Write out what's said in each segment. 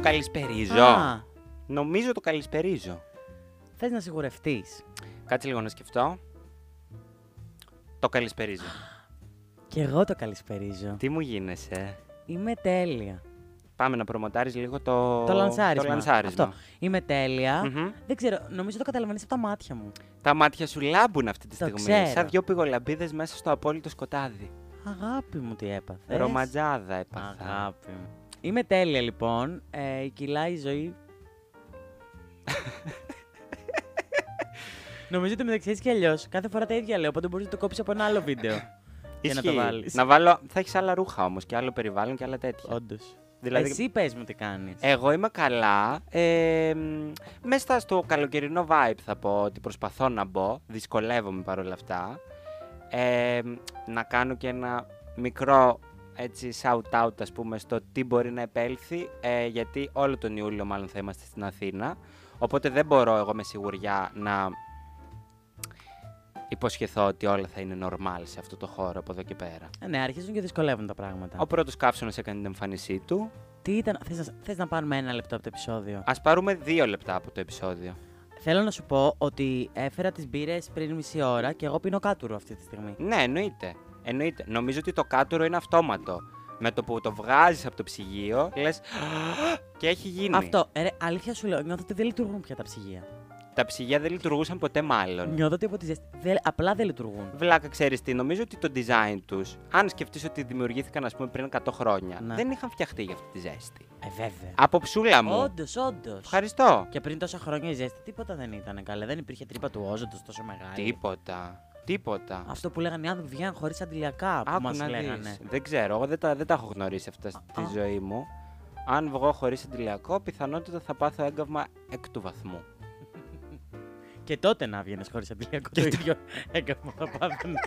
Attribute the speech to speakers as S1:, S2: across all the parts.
S1: καλησπερίζω.
S2: Α,
S1: Νομίζω το καλησπερίζω.
S2: θες να σιγουρευτείς.
S1: Κάτσε λίγο να σκεφτώ. Το καλησπερίζω.
S2: Κι εγώ το καλησπερίζω.
S1: Τι μου γίνεσαι.
S2: Είμαι τέλεια.
S1: Πάμε να προμοτάρεις λίγο το...
S2: το λανσάρισμα.
S1: Το λανσάρισμα.
S2: Αυτό. Είμαι τέλεια.
S1: Μμμ.
S2: Δεν ξέρω, νομίζω το καταλαβαίνεις από τα μάτια μου.
S1: Τα μάτια σου λάμπουν αυτή τη
S2: Το
S1: στιγμή.
S2: ξέρω.
S1: Σαν δυο πηγολαμπίδες μέσα στο απόλυτο σκοτάδι.
S2: Αγάπη μου τι έπαθες.
S1: Ρομαντζάδα έπαθα.
S2: Αγάπη μου. Είμαι τέλεια λοιπόν. Ε, κυλάει η ζωή. Νομίζω ότι μεταξύ έτσι κι αλλιώς. Κάθε φορά τα ίδια λέω. Οπότε μπορείς να το κόψεις από ένα άλλο βίντεο. και να το
S1: Ισχύει.
S2: βάλεις.
S1: Να βάλω... Θα έχεις άλλα ρούχα όμως και άλλο περιβάλλον και άλλα τέτοια.
S2: Όντως.
S1: Δηλαδή- Ε-
S2: Εσύ πες μου τι κάνεις.
S1: Εγώ είμαι καλά. Ε, μ, μέσα στο καλοκαιρινό vibe θα πω ότι προσπαθώ να μπω. Δυσκολεύομαι παρόλα αυτά. Ε, μ, να κάνω και ένα μικρό έτσι shout out ας πούμε στο τι μπορεί να επέλθει ε, γιατί όλο τον Ιούλιο μάλλον θα είμαστε στην Αθήνα οπότε δεν μπορώ εγώ με σιγουριά να υποσχεθώ ότι όλα θα είναι normal σε αυτό το χώρο από εδώ και πέρα.
S2: ναι, αρχίζουν και δυσκολεύουν τα πράγματα.
S1: Ο πρώτος καύσωνας έκανε την εμφάνισή του.
S2: Τι ήταν. Θες να, θες να πάρουμε ένα λεπτό από το επεισόδιο.
S1: Ας πάρουμε δύο λεπτά από το επεισόδιο.
S2: Θέλω να σου πω ότι έφερα τις μπύρες πριν μισή ώρα και εγώ πίνω κάτουρο αυτή τη στιγμή.
S1: Ναι, εννοείται. εννοείται. Νομίζω ότι το κάτωρο είναι αυτόματο. Με το που το βγάζεις από το ψυγείο, λες. και έχει γίνει.
S2: Αυτό. Ε, ρε, αλήθεια σου λέω, νιώθω ότι δεν λειτουργούν πια τα ψυγεία.
S1: Τα ψυγεία δεν λειτουργούσαν ποτέ, μάλλον.
S2: Νιώθω ότι από τη ζέστη. δεν- απλά δεν λειτουργούν.
S1: Βλάκα, ξέρεις τι, νομίζω ότι το design τους, αν σκεφτείς ότι δημιουργήθηκαν, ας πούμε, πριν 100 χρόνια,
S2: Ναι.
S1: δεν είχαν φτιαχτεί για αυτή τη ζέστη.
S2: Ε, βέβαια.
S1: Από ψούλα μου.
S2: Όντως, όντως.
S1: Ευχαριστώ.
S2: Και πριν τόσα χρόνια η ζέστη τίποτα δεν ήταν καλά. Δεν υπήρχε τρύπα του όζοντος τόσο μεγάλη.
S1: Τίποτα. Τίποτα.
S2: Αυτό που λέγανε οι άνθρωποι βγαίνουν χωρίς αντιλιακά που μα λέγανε.
S1: δεις. Δεν ξέρω, εγώ δεν τα, δεν τα έχω γνωρίσει αυτά
S2: α.
S1: στη ζωή μου. Αν βγω χωρίς αντιλιακό, πιθανότητα θα πάθω έγκαυμα εκ του βαθμού.
S2: Και τότε να βγαίνεις χωρίς αντιλιακό. το ίδιο έκανα θα πάθαινες.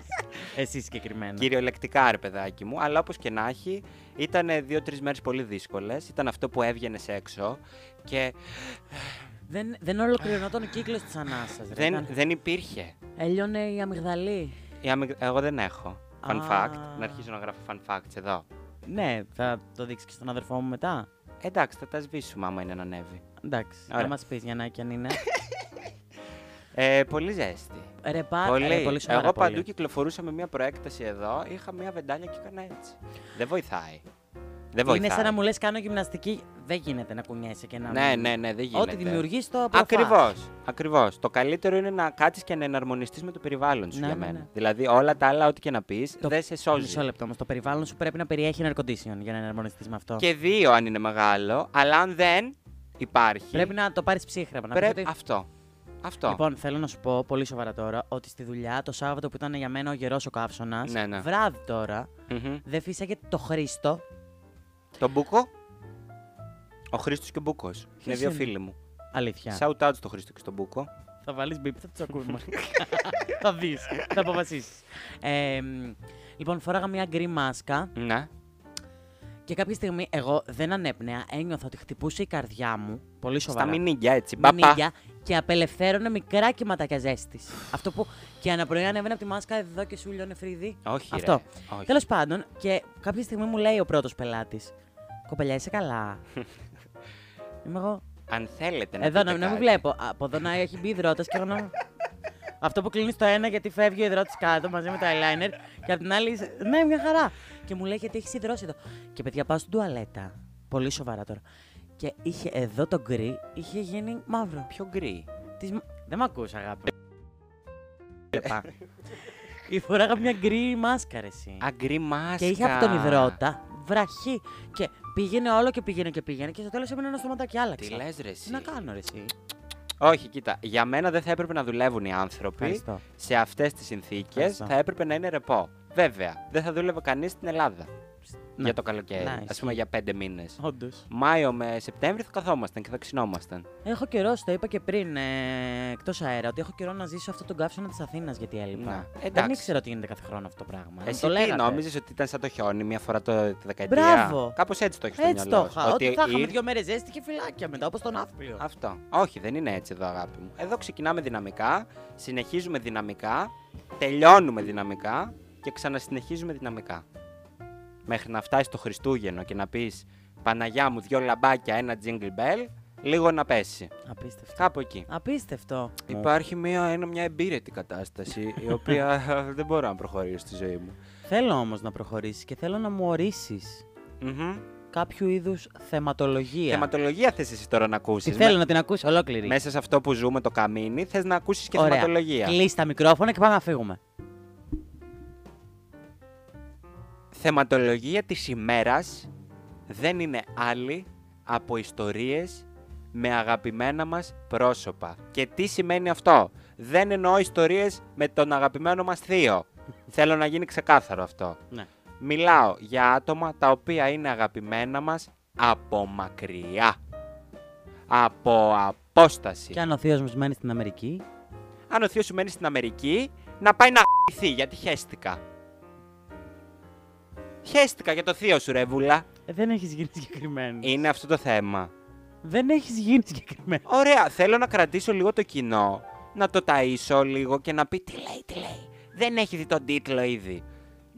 S2: Εσύ συγκεκριμένα.
S1: Κυριολεκτικά, ρε παιδάκι μου, αλλά όπως και να έχει, ήταν δύο-τρει μέρες πολύ δύσκολες. Ήταν αυτό που έβγαινες έξω και
S2: Δεν, δεν ολοκληρωνόταν ο κύκλος της ανάσας.
S1: δεν, δεν υπήρχε.
S2: Έλειωνε η αμυγδαλή.
S1: Η αμυγ- Εγώ δεν έχω. Fun
S2: Α.
S1: fact. Να αρχίσω να γράφω fun facts εδώ.
S2: Ναι, θα το δείξεις και στον αδερφό μου μετά.
S1: Εντάξει, θα τα σβήσουμε άμα είναι να ανέβει.
S2: Εντάξει.
S1: Ωραία.
S2: Να μας πεις για να και αν είναι.
S1: Ε, πολύ ζέστη.
S2: Ρε πάρα
S1: πολύ.
S2: ε, πολύ. πολύ σοβαρά
S1: Εγώ
S2: πολύ.
S1: παντού κυκλοφορούσα με μια προέκταση εδώ, είχα μια βεντάλια και έκανα έτσι. Δεν βοηθάει. Δεν βοηθάει.
S2: Είναι σαν να μου λες: Κάνω γυμναστική. Δεν γίνεται να κουνιέσαι και να.
S1: Ναι,
S2: μην-
S1: ναι, ναι, δεν γίνεται.
S2: Ό,τι δημιουργείς το αποφάς.
S1: Ακριβώς. Ακριβώς. Το καλύτερο είναι να κάτσεις και να εναρμονιστείς με το περιβάλλον σου
S2: Ναι,
S1: για
S2: ναι,
S1: μένα.
S2: ναι.
S1: Δηλαδή, όλα τα άλλα, ό,τι και να πεις,
S2: Το-
S1: δεν σε
S2: Μισό
S1: σώζει.
S2: λεπτό όμως. Το περιβάλλον σου πρέπει να περιέχει ένα air condition για να εναρμονιστείς με αυτό.
S1: Και δύο αν είναι μεγάλο, αλλά αν δεν υπάρχει.
S2: Πρέπει να το πάρεις ψύχραμα. Να πεις
S1: πρέπει-
S2: ότι-
S1: Αυτό. Αυτό.
S2: Λοιπόν, θέλω να σου πω πολύ σοβαρά τώρα ότι στη δουλειά το Σάββατο που ήταν για μένα ο γερός ο καύσωνας.
S1: Ναι, ναι.
S2: Βράδυ τώρα
S1: Μμμ.
S2: δεν φύσαγε το Χρήστο.
S1: Το Μπούκο. Ο Χρήστος και ο Μπούκος. Είναι δύο
S2: είναι?
S1: φίλοι μου.
S2: Αλήθεια.
S1: Shout out στο Χρήστο και στον Μπούκο.
S2: Θα βάλεις μπίπ, θα τους ακούμε. θα δεις, θα αποφασίσεις. Ε, μ, λοιπόν, φόραγα μια γκρι μάσκα
S1: Ναι.
S2: και κάποια στιγμή εγώ δεν ανέπνεα. Ένιωθα ότι χτυπούσε η καρδιά μου. Πολύ σοβαρά.
S1: Στα μηνύγια έτσι. Μπαπα.
S2: μηνύγια και απελευθέρωνε μικρά κυματάκια ζέστης. Αυτό που και αναπροϊά ανέβαινε από τη μάσκα εδώ και σου λιώνε φρύδι.
S1: Όχι,
S2: Αυτό.
S1: Ρε. Όχι.
S2: Τέλος πάντων, και κάποια στιγμή μου λέει ο πρώτος πελάτης: Κοπελιά, είσαι καλά. Είμαι εγώ.
S1: Αν θέλετε να
S2: Εδώ
S1: πείτε
S2: να, να
S1: κάτι.
S2: μην βλέπω. Από εδώ να έχει μπει υδρότας και εγώ να. Αυτό που κλείνει το ένα γιατί φεύγει ο υδρότης κάτω μαζί με το eyeliner. Και απ' την άλλη. είσαι, Ναι, μια χαρά. Και μου λέει γιατί έχεις υδρώσει εδώ. Και παιδιά, πάω στην τουαλέτα. Πολύ σοβαρά τώρα. Και είχε εδώ το γκρι, είχε γίνει μαύρο.
S1: Πιο γκρι.
S2: Της... μ- Δεν με ακούς αγάπη. Λεπά. Ή φοράγα μια γκρι μάσκα ρε εσύ.
S1: Α, γκρι μάσκα.
S2: Και είχε από τον υδρότα βραχή. Και πήγαινε όλο και πήγαινε και πήγαινε και στο τέλος έμεινε ένα στοματάκι άλλαξε.
S1: Τι λες, ρε. εσύ.
S2: Τι να κάνω ρε εσύ.
S1: Όχι, κοίτα. Για μένα δεν θα έπρεπε να δουλεύουν οι άνθρωποι
S2: Ευχαριστώ.
S1: σε αυτές τις συνθήκες.
S2: Ευχαριστώ.
S1: Θα έπρεπε να είναι ρεπό. Βέβαια, δεν θα δούλευε κανείς στην Ελλάδα
S2: Ναι.
S1: για το καλοκαίρι.
S2: Ναι,
S1: Α
S2: ισχύει.
S1: πούμε για πέντε μήνες.
S2: Όντως.
S1: Μάιο με Σεπτέμβρη θα καθόμασταν και θα ξυνόμασταν.
S2: Έχω καιρό, το είπα και πριν ε, εκτός αέρα, ότι έχω καιρό να ζήσω αυτόν τον καύσωνα της Αθήνας γιατί έλειπα.
S1: Ναι.
S2: Δεν
S1: Εντάξει.
S2: ήξερα ότι γίνεται κάθε χρόνο αυτό το πράγμα. Αν
S1: Εσύ
S2: το
S1: τι
S2: λέγατε.
S1: νόμιζες ότι ήταν σαν το χιόνι μία φορά το, τη δεκαετία.
S2: Μπράβο.
S1: Κάπως έτσι το έχεις στο
S2: Έτσι το
S1: μυαλό σου.
S2: είχα. Ότι θα είχαμε
S1: ήρθε-
S2: δύο μέρες ζέστη και φυλάκια μετά, όπως τον Αύριο.
S1: Αυτό. Όχι, δεν είναι έτσι εδώ, αγάπη μου. Εδώ ξεκινάμε δυναμικά, συνεχίζουμε δυναμικά, τελειώνουμε δυναμικά και ξανασυνεχίζουμε δυναμικά. Μέχρι να φτάσει το Χριστούγεννο και να πεις Παναγιά μου, δυο λαμπάκια, ένα jingle bell, λίγο να πέσει.
S2: Απίστευτο.
S1: Κάπου εκεί.
S2: Απίστευτο.
S1: Ναι. Υπάρχει μια, ένα, μια εμπύρετη κατάσταση, η οποία δεν μπορώ να προχωρήσω στη ζωή μου.
S2: Θέλω όμως να προχωρήσεις και θέλω να μου ορίσεις
S1: Μμμ.
S2: κάποιο είδους θεματολογία.
S1: Θεματολογία θες εσύ τώρα να
S2: Τι
S1: ακούσεις.
S2: θέλω
S1: Με-
S2: να την ακούσω ολόκληρη.
S1: Μέσα σε αυτό που ζούμε το καμίνι, θες να ακούσεις και
S2: Ωραία.
S1: θεματολογία.
S2: Κλείσει τα μικρόφωνα και πάμε να φύγουμε.
S1: θεματολογία της ημέρας δεν είναι άλλη από ιστορίες με αγαπημένα μας πρόσωπα. Και τι σημαίνει αυτό. Δεν εννοώ ιστορίες με τον αγαπημένο μας θείο. Θέλω να γίνει ξεκάθαρο αυτό.
S2: Ναι.
S1: Μιλάω για άτομα τα οποία είναι αγαπημένα μας από μακριά. Από απόσταση.
S2: Και αν ο θείος μου μένει στην Αμερική.
S1: Αν ο θείος σου μένει στην Αμερική, να πάει να χ***θεί γιατί χέστηκα. Χέστηκα για το θείο σου ρε βούλα.
S2: ε, δεν έχεις γίνει συγκεκριμένος.
S1: Είναι αυτό το θέμα.
S2: Δεν έχεις γίνει συγκεκριμένος.
S1: Ωραία, θέλω να κρατήσω λίγο το κοινό, να το ταΐσω λίγο και να πει τι λέει, τι λέει. Δεν έχει δει τον τίτλο ήδη.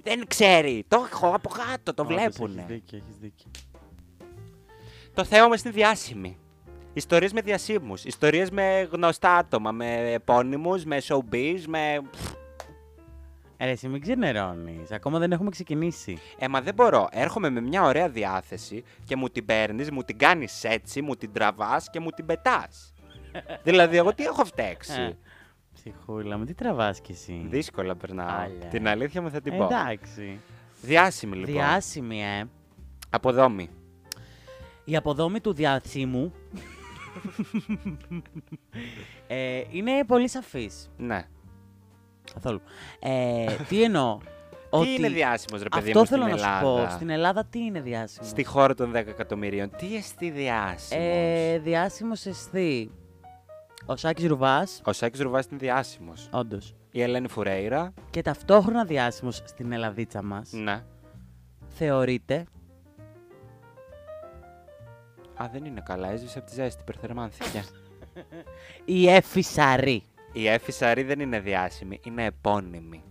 S1: Δεν ξέρει. Το έχω από κάτω, το βλέπουνε.
S2: Έχει δίκιο, έχεις δίκιο.
S1: Το θέμα μας είναι διάσημη. Ιστορίες με διασύμους, ιστορίες με γνωστά άτομα, με επώνυμους, με showbiz, με...
S2: Ε, ρε, εσύ μην ξενερώνεις. Ακόμα δεν έχουμε ξεκινήσει.
S1: Ε, μα δεν μπορώ. Έρχομαι με μια ωραία διάθεση και μου την παίρνεις, μου την κάνεις έτσι, μου την τραβάς και μου την πετάς. δηλαδή, εγώ τι έχω
S2: Ε,
S1: φταίξει.
S2: Ψυχούλα μου, τι τραβάς κι εσύ.
S1: Δύσκολα περνάω.
S2: Άλλα.
S1: Την αλήθεια μου θα την
S2: Ε,
S1: πω.
S2: Εντάξει.
S1: Διάσημη λοιπόν.
S2: Διάσημη, ε.
S1: Από δόμη.
S2: Η αποδόμη του διάσημου ε, είναι πολύ σαφής.
S1: Ναι.
S2: Καθόλου. Ε, τι εννοώ.
S1: Τι είναι διάσημος, ρε παιδί
S2: Αυτό
S1: μου,
S2: θέλω
S1: στην
S2: να
S1: Ελλάδα.
S2: σου πω. Στην Ελλάδα τι είναι διάσημος.
S1: Στη χώρα των 10 εκατομμυρίων. Τι εστί διάσημος.
S2: Ε, διάσημος εστί. Ο Σάκης Ρουβάς,
S1: Ο Σάκης Ρουβάς είναι διάσημος.
S2: όντως.
S1: Η Ελένη Φουρέιρα.
S2: Και ταυτόχρονα διάσημος στην Ελλαδίτσα μας.
S1: Ναι.
S2: Θεωρείται.
S1: Α, δεν είναι καλά. Έσβησε από τη ζέστη. Υπερθερμάνθηκε.
S2: Η Εφησαρή.
S1: Η Εφη Σαρή δεν είναι διάσημη. Είναι επώνυμη.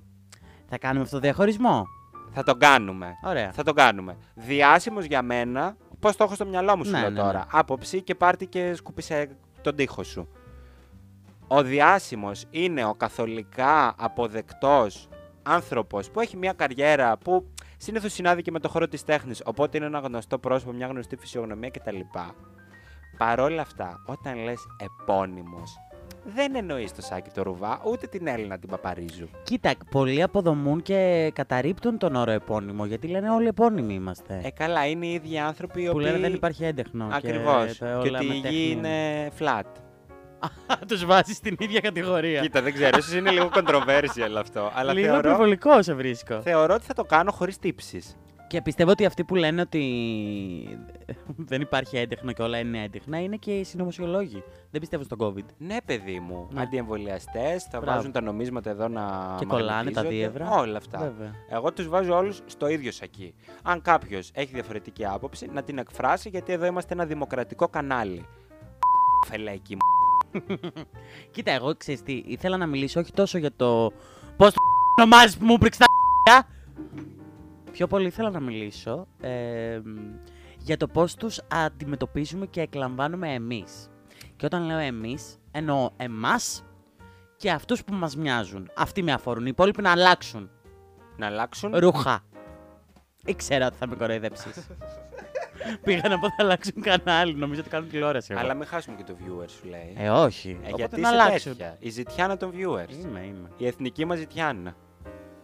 S2: Θα κάνουμε αυτό το διαχωρισμό.
S1: Θα τον κάνουμε.
S2: Ωραία.
S1: Ε, Θα τον κάνουμε. Διάσημος για μένα, πώς το έχω στο μυαλό μου σου
S2: Ναι,
S1: λέω
S2: ναι,
S1: τώρα.
S2: ναι.
S1: Άποψη και πάρτι και σκούπισε τον τοίχο σου. Ο διάσημος είναι ο καθολικά αποδεκτός άνθρωπος που έχει μια καριέρα που συνήθως συνάδει και με το χώρο της τέχνης. Οπότε είναι ένα γνωστό πρόσωπο, μια γνωστή φυσιογνωμία κτλ. Παρόλα αυτά, όταν λες επώνυμος, δεν εννοείς το Σάκη το Ρουβά, ούτε την Έλληνα την Παπαρίζου.
S2: Κοίτα, πολλοί αποδομούν και καταρρύπτουν τον όρο επώνυμο, γιατί λένε όλοι επώνυμοι είμαστε.
S1: Ε, καλά, είναι οι ίδιοι άνθρωποι οι
S2: Ναι. που
S1: οποίοι.
S2: λένε δεν υπάρχει έντεχνο.
S1: Ακριβώ.
S2: Και, τα
S1: Και,
S2: όλα
S1: ότι
S2: με
S1: η
S2: τέχνη.
S1: γη είναι flat.
S2: Τους βάζεις στην ίδια κατηγορία.
S1: Κοίτα, δεν ξέρω, ίσως είναι λίγο controversial αυτό. Αλλά
S2: Λίγο
S1: θεωρώ,
S2: υπερβολικό σε βρίσκω.
S1: θεωρώ ότι θα το κάνω χωρίς τύψεις.
S2: Και πιστεύω ότι αυτοί που λένε ότι δεν υπάρχει έντεχνο και όλα είναι έντεχνα είναι και οι συνωμοσιολόγοι. Δεν πιστεύω στον COVID.
S1: Ναι, παιδί μου.
S2: Ναι.
S1: Αντιεμβολιαστές, θα
S2: Μπράβο.
S1: βάζουν τα νομίσματα εδώ να.
S2: Και κολλάνε τα
S1: μαγνητίζονται,
S2: δίευρα.
S1: Όλα αυτά.
S2: Βέβαια.
S1: Εγώ τους βάζω όλους στο ίδιο σακί. Αν κάποιος έχει διαφορετική άποψη, να την εκφράσει γιατί εδώ είμαστε ένα δημοκρατικό κανάλι. Φελέκι μου.
S2: Κοίτα, εγώ ξέρεις τι, ήθελα να μιλήσω όχι τόσο για το. Πώς το ονομάζεις που μου πρίξει τα. Πιο πολύ ήθελα να μιλήσω ε, μ, για το πώς τους αντιμετωπίζουμε και εκλαμβάνουμε εμείς. Και όταν λέω εμείς, εννοώ εμάς και αυτούς που μας μοιάζουν. Αυτοί με αφορούν. Οι υπόλοιποι να αλλάξουν.
S1: Να αλλάξουν.
S2: Ρούχα. Ήξερα ότι θα με κοροϊδέψεις. Πήγα να πω θα αλλάξουν κανάλι. Νομίζω ότι κάνουν τηλεόραση. εγώ.
S1: Αλλά μην χάσουμε και το viewer, σου λέει.
S2: Ε, όχι.
S1: Ε,
S2: Οπότε
S1: γιατί
S2: να
S1: είσαι
S2: αλλάξουν.
S1: τέτοια. Η ζητιάνα των viewers.
S2: Είμαι, είμαι.
S1: Η εθνική μας ζητιάνα.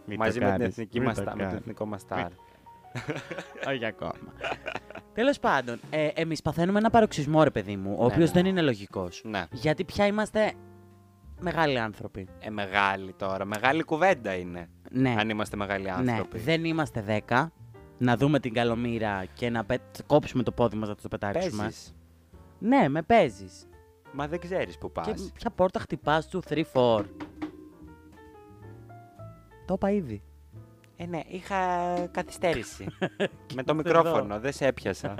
S2: Μην
S1: μαζί
S2: το
S1: με την
S2: κάνεις,
S1: εθνική
S2: μην
S1: μας,
S2: το
S1: τα- με το
S2: κάνεις.
S1: εθνικό μας τάρ.
S2: Όχι ακόμα. Τέλος πάντων, ε, εμείς παθαίνουμε ένα παροξισμό, ρε παιδί μου, ο
S1: Ναι,
S2: οποίος
S1: ναι.
S2: δεν είναι λογικός.
S1: Ναι.
S2: Γιατί πια είμαστε μεγάλοι άνθρωποι.
S1: Ε, μεγάλη τώρα. Μεγάλη κουβέντα είναι.
S2: Ναι,
S1: Αν είμαστε μεγάλοι
S2: ναι.
S1: άνθρωποι.
S2: δεν είμαστε 10. Να δούμε την καλομήρα και να πε- κόψουμε το πόδι μας να το πετάξουμε.
S1: Παίζεις.
S2: Ναι, με παίζεις.
S1: Μα δεν ξέρεις που πας.
S2: Και ποια πόρτα χτυπάς του 3-4. Το είπα ήδη.
S1: Ε, ναι, είχα καθυστέρηση. με το
S2: εδώ.
S1: μικρόφωνο, δεν σε έπιασα.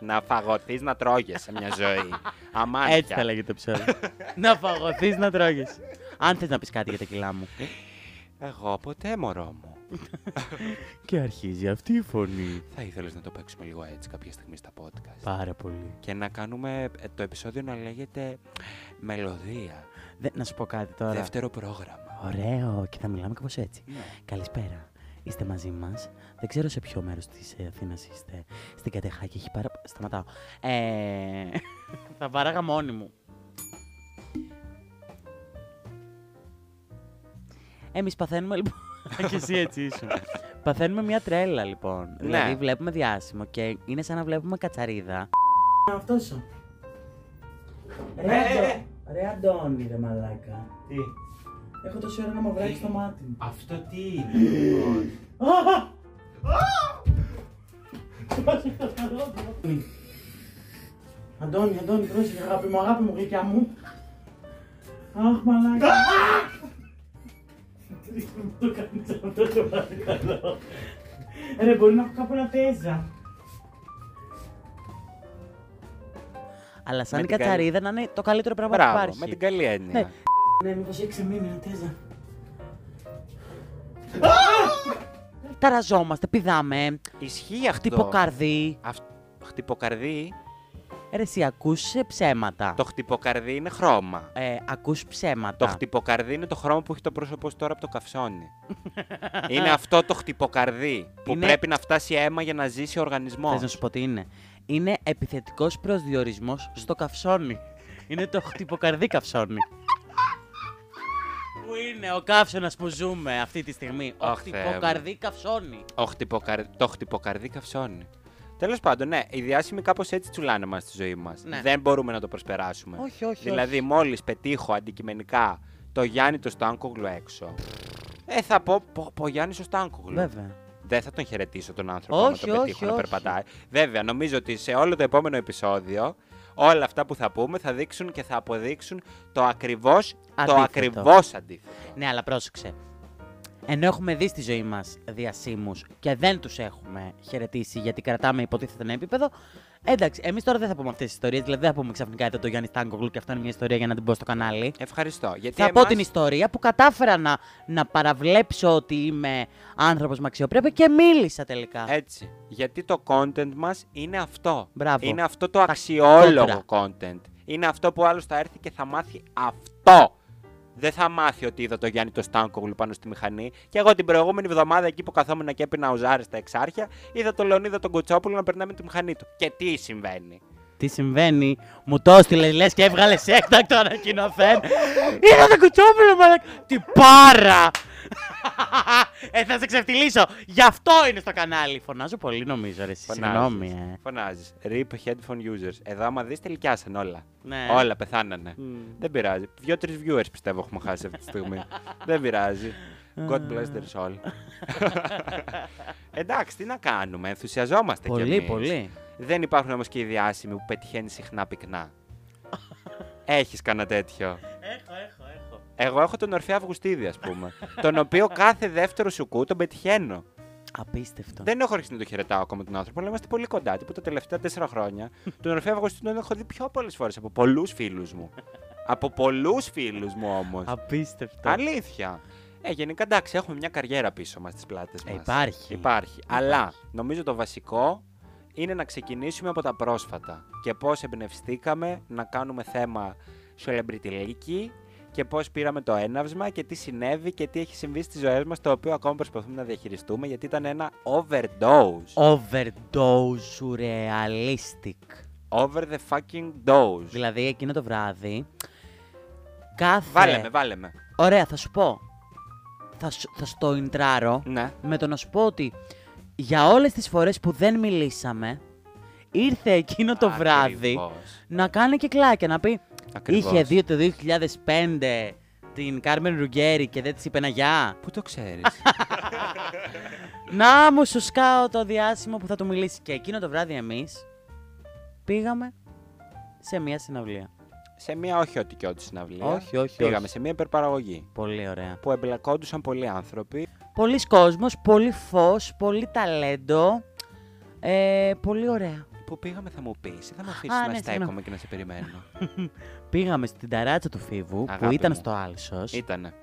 S1: να φαγωθείς, να τρώγεσαι μια ζωή. Αμάνια.
S2: Έτσι θα λέγεται το ψέμα. να φαγωθεί να τρώγει. Αν θες να πεις κάτι για τα κιλά μου.
S1: Εγώ ποτέ, μωρό μου.
S2: Και αρχίζει αυτή η φωνή.
S1: Θα ήθελες να το παίξουμε λίγο έτσι κάποια στιγμή στα podcast.
S2: Πάρα πολύ.
S1: Και να κάνουμε ε, το επεισόδιο να λέγεται Μελωδία.
S2: Δε- να σου πω κάτι τώρα.
S1: Δεύτερο πρόγραμμα.
S2: Ωραίο, και θα μιλάμε κάπως έτσι.
S1: Ναι.
S2: Καλησπέρα. Είστε μαζί μας. Δεν ξέρω σε ποιο μέρος της Αθήνας είστε. Στην Κατεχάκη έχει πάρα. Σταματάω. Ε... θα βάραγα μόνη μου. Εμείς παθαίνουμε λοιπόν. και εσύ έτσι ήσουν. παθαίνουμε μια τρέλα λοιπόν.
S1: Ναι.
S2: Δηλαδή βλέπουμε διάσημο και είναι σαν να βλέπουμε κατσαρίδα. Αυτό σου.
S1: Ρε, Ε, ε, ε.
S2: Ρε Αντώνη, ρε μαλάκα.
S1: Τι.
S2: Έχω τόση ώρα να μου
S1: βράξει το
S2: μάτι μου.
S1: Αυτό τι είναι.
S2: Αντώνη, Αντώνη, πρόσεχε, αγάπη μου, αγάπη μου, γλυκιά μου. Αχ, μαλάκα. Τι μου το κάνεις αυτό, το παρακαλώ. Ρε, μπορεί να έχω κάπου ένα τέζα. Αλλά σαν
S1: Με
S2: η
S1: την καλή-
S2: κατσαρίδα να είναι το καλύτερο πράγμα που
S1: Μπράβο,
S2: υπάρχει.
S1: με την καλή
S2: Ναι.
S1: έννοια.
S2: Ναι, μήπως έξι μήνες, ένα τέζα. Ταραζόμαστε, πηδάμε,
S1: Ισχύει αυτό.
S2: χτυποκαρδί.
S1: Αυ- Χτυποκαρδί.
S2: Ρε εσύ ακούς ε, ψέματα.
S1: Το χτυποκαρδί είναι χρώμα.
S2: Ε, ακούς ψέματα.
S1: Το χτυποκαρδί είναι το χρώμα που έχει το πρόσωπό σου τώρα από το καυσόνι. είναι αυτό το χτυποκαρδί που
S2: Είναι-
S1: πρέπει να φτάσει αίμα για να ζήσει ο οργανισμός.
S2: Θες να σου πω τι είναι. Είναι επιθετικός προσδιορισμός στο καυσόνι. Είναι το χτυποκαρδί καυσόνι. Πού είναι ο καύσωνας που ζούμε αυτή τη στιγμή. Ο
S1: Αχ, Θεέ μου.
S2: χτυποκαρδί καυσόνι.
S1: Ο χτυποκαρ... Το χτυποκαρδί καυσώνει. Τέλος πάντων, ναι, οι διάσημοι κάπως έτσι τσουλάνε μας στη ζωή μας.
S2: Ναι.
S1: Δεν μπορούμε να το προσπεράσουμε.
S2: Όχι, όχι,
S1: Δηλαδή, μόλις πετύχω αντικειμενικά το Γιάννη το Στάνκογλου έξω. Ε, θα πω, πω, πω Γιάννη ο Στάνκογλου.
S2: Βέβαια.
S1: Δεν θα τον χαιρετήσω τον άνθρωπο
S2: Όχι,
S1: να τον πετύχω
S2: όχι,
S1: να
S2: όχι.
S1: περπατάει. Βέβαια, νομίζω ότι σε όλο το επόμενο επεισόδιο όλα αυτά που θα πούμε θα δείξουν και θα αποδείξουν το ακριβώς το
S2: Αντίθετο.
S1: ακριβώς αντίθετο.
S2: Ναι, αλλά πρόσεξε. Ενώ έχουμε δει στη ζωή μας διασύμους και δεν τους έχουμε χαιρετήσει γιατί κρατάμε υποτίθεται ένα επίπεδο. Εντάξει, εμείς τώρα δεν θα πούμε αυτές τις ιστορίες. Δηλαδή, δεν θα πούμε ξαφνικά εδώ το Γιάννη Στάνκογλου και αυτό είναι μια ιστορία για να την πω στο κανάλι.
S1: Ευχαριστώ. Γιατί
S2: θα πω
S1: εμάς-
S2: την ιστορία που κατάφερα να, να παραβλέψω ότι είμαι άνθρωπος με αξιοπρέπεια και μίλησα τελικά.
S1: Έτσι. Γιατί το content μας είναι αυτό.
S2: Μπράβο.
S1: Είναι αυτό το αξιόλογο
S2: κόντρα.
S1: content. Είναι αυτό που άλλος θα έρθει και θα μάθει αυτό. Δεν θα μάθει ότι είδα το Γιάννη το Στάνκογλου πάνω στη μηχανή. Και εγώ την προηγούμενη εβδομάδα εκεί που καθόμουν και έπινα οζάρι στα εξάρχεια, είδα τον Λεωνίδα τον Κοτσόπουλο να περνάει με τη μηχανή του. Και τι συμβαίνει.
S2: Τι συμβαίνει, μου το έστειλε λες και έβγαλες έκτακτο ανακοινοθέν. Είδα το κουτσόπουλο, μαλακ. Τι πάρα! ε, θα σε ξεφτυλίσω. Γι' αυτό είναι στο κανάλι. Φωνάζω πολύ, νομίζω. Ρε, εσύ. συγγνώμη, ε.
S1: Φωνάζεις. Rip headphone users. Εδώ, άμα δεις, τελικιάσαν όλα.
S2: Ναι.
S1: Όλα πεθάνανε.
S2: Μμ.
S1: Δεν πειράζει. Δυο-τρει viewers πιστεύω έχουμε χάσει αυτή τη στιγμή. Δεν πειράζει. God bless their soul. Εντάξει, τι να κάνουμε. Ενθουσιαζόμαστε κι
S2: Πολύ,
S1: εμείς.
S2: πολύ.
S1: Δεν υπάρχουν όμως και οι διάσημοι που πετυχαίνει συχνά πυκνά. Έχεις κανένα τέτοιο.
S2: Έχω, έχω, έχω.
S1: Εγώ έχω τον Ορφέα Αυγουστίδη, ας πούμε. τον οποίο κάθε δεύτερο σουκού τον πετυχαίνω.
S2: Απίστευτο.
S1: Δεν έχω αρχίσει να το χαιρετάω ακόμα τον άνθρωπο, αλλά είμαστε πολύ κοντά. Τύπου τα τελευταία τέσσερα χρόνια. τον Ορφέα Αυγουστίνο τον έχω δει πιο πολλές φορές από πολλούς φίλους μου. από πολλούς φίλους μου όμως.
S2: Απίστευτο.
S1: Αλήθεια. Ε, γενικά εντάξει, έχουμε μια καριέρα πίσω μας στις πλάτες
S2: Ε,
S1: μας.
S2: υπάρχει.
S1: Υπάρχει. Αλλά νομίζω το βασικό είναι να ξεκινήσουμε από τα πρόσφατα και πώς εμπνευστήκαμε να κάνουμε θέμα celebrity leaky και πώς πήραμε το έναυσμα και τι συνέβη και τι έχει συμβεί στις ζωές μας, το οποίο ακόμα προσπαθούμε να διαχειριστούμε γιατί ήταν ένα overdose.
S2: Overdose surrealistic.
S1: Over the fucking dose.
S2: Δηλαδή, εκείνο το βράδυ. Κάθε.
S1: Βάλε με, βάλε με.
S2: Ωραία, θα σου πω. Θα, σου- θα στο ιντράρω
S1: Ναι.
S2: με το να σου πω ότι για όλες τις φορές που δεν μιλήσαμε, ήρθε εκείνο το βράδυ
S1: Ακριβώς.
S2: να κάνει κυκλάκια, να πει
S1: Ακριβώς.
S2: είχε δει το 2005 την Κάρμεν Ρουγκέρι και δεν της είπε να γεια.
S1: Πού το ξέρεις.
S2: Να μου σου σκάω το διάσημο που θα του μιλήσει. Και εκείνο το βράδυ εμείς πήγαμε σε μια συναυλία.
S1: σε μία όχι ό,τι και ό,τι συναυλία.
S2: Όχι, όχι,
S1: Πήγαμε
S2: όχι.
S1: σε μία υπερπαραγωγή.
S2: Πολύ ωραία.
S1: Που εμπλεκόντουσαν πολλοί άνθρωποι.
S2: Πολλοί κόσμος, πολύ φως, πολύ ταλέντο. Ε, πολύ ωραία.
S1: Που πήγαμε, θα μου πεις, ή θα με
S2: Α,
S1: αφήσεις
S2: ναι,
S1: να στέκομαι
S2: συγγνώμη.
S1: και να σε περιμένω.
S2: Πήγαμε στην ταράτσα του Φίβου που
S1: Αγάπη
S2: ήταν
S1: μου.
S2: στο Άλσος.
S1: Ήτανε.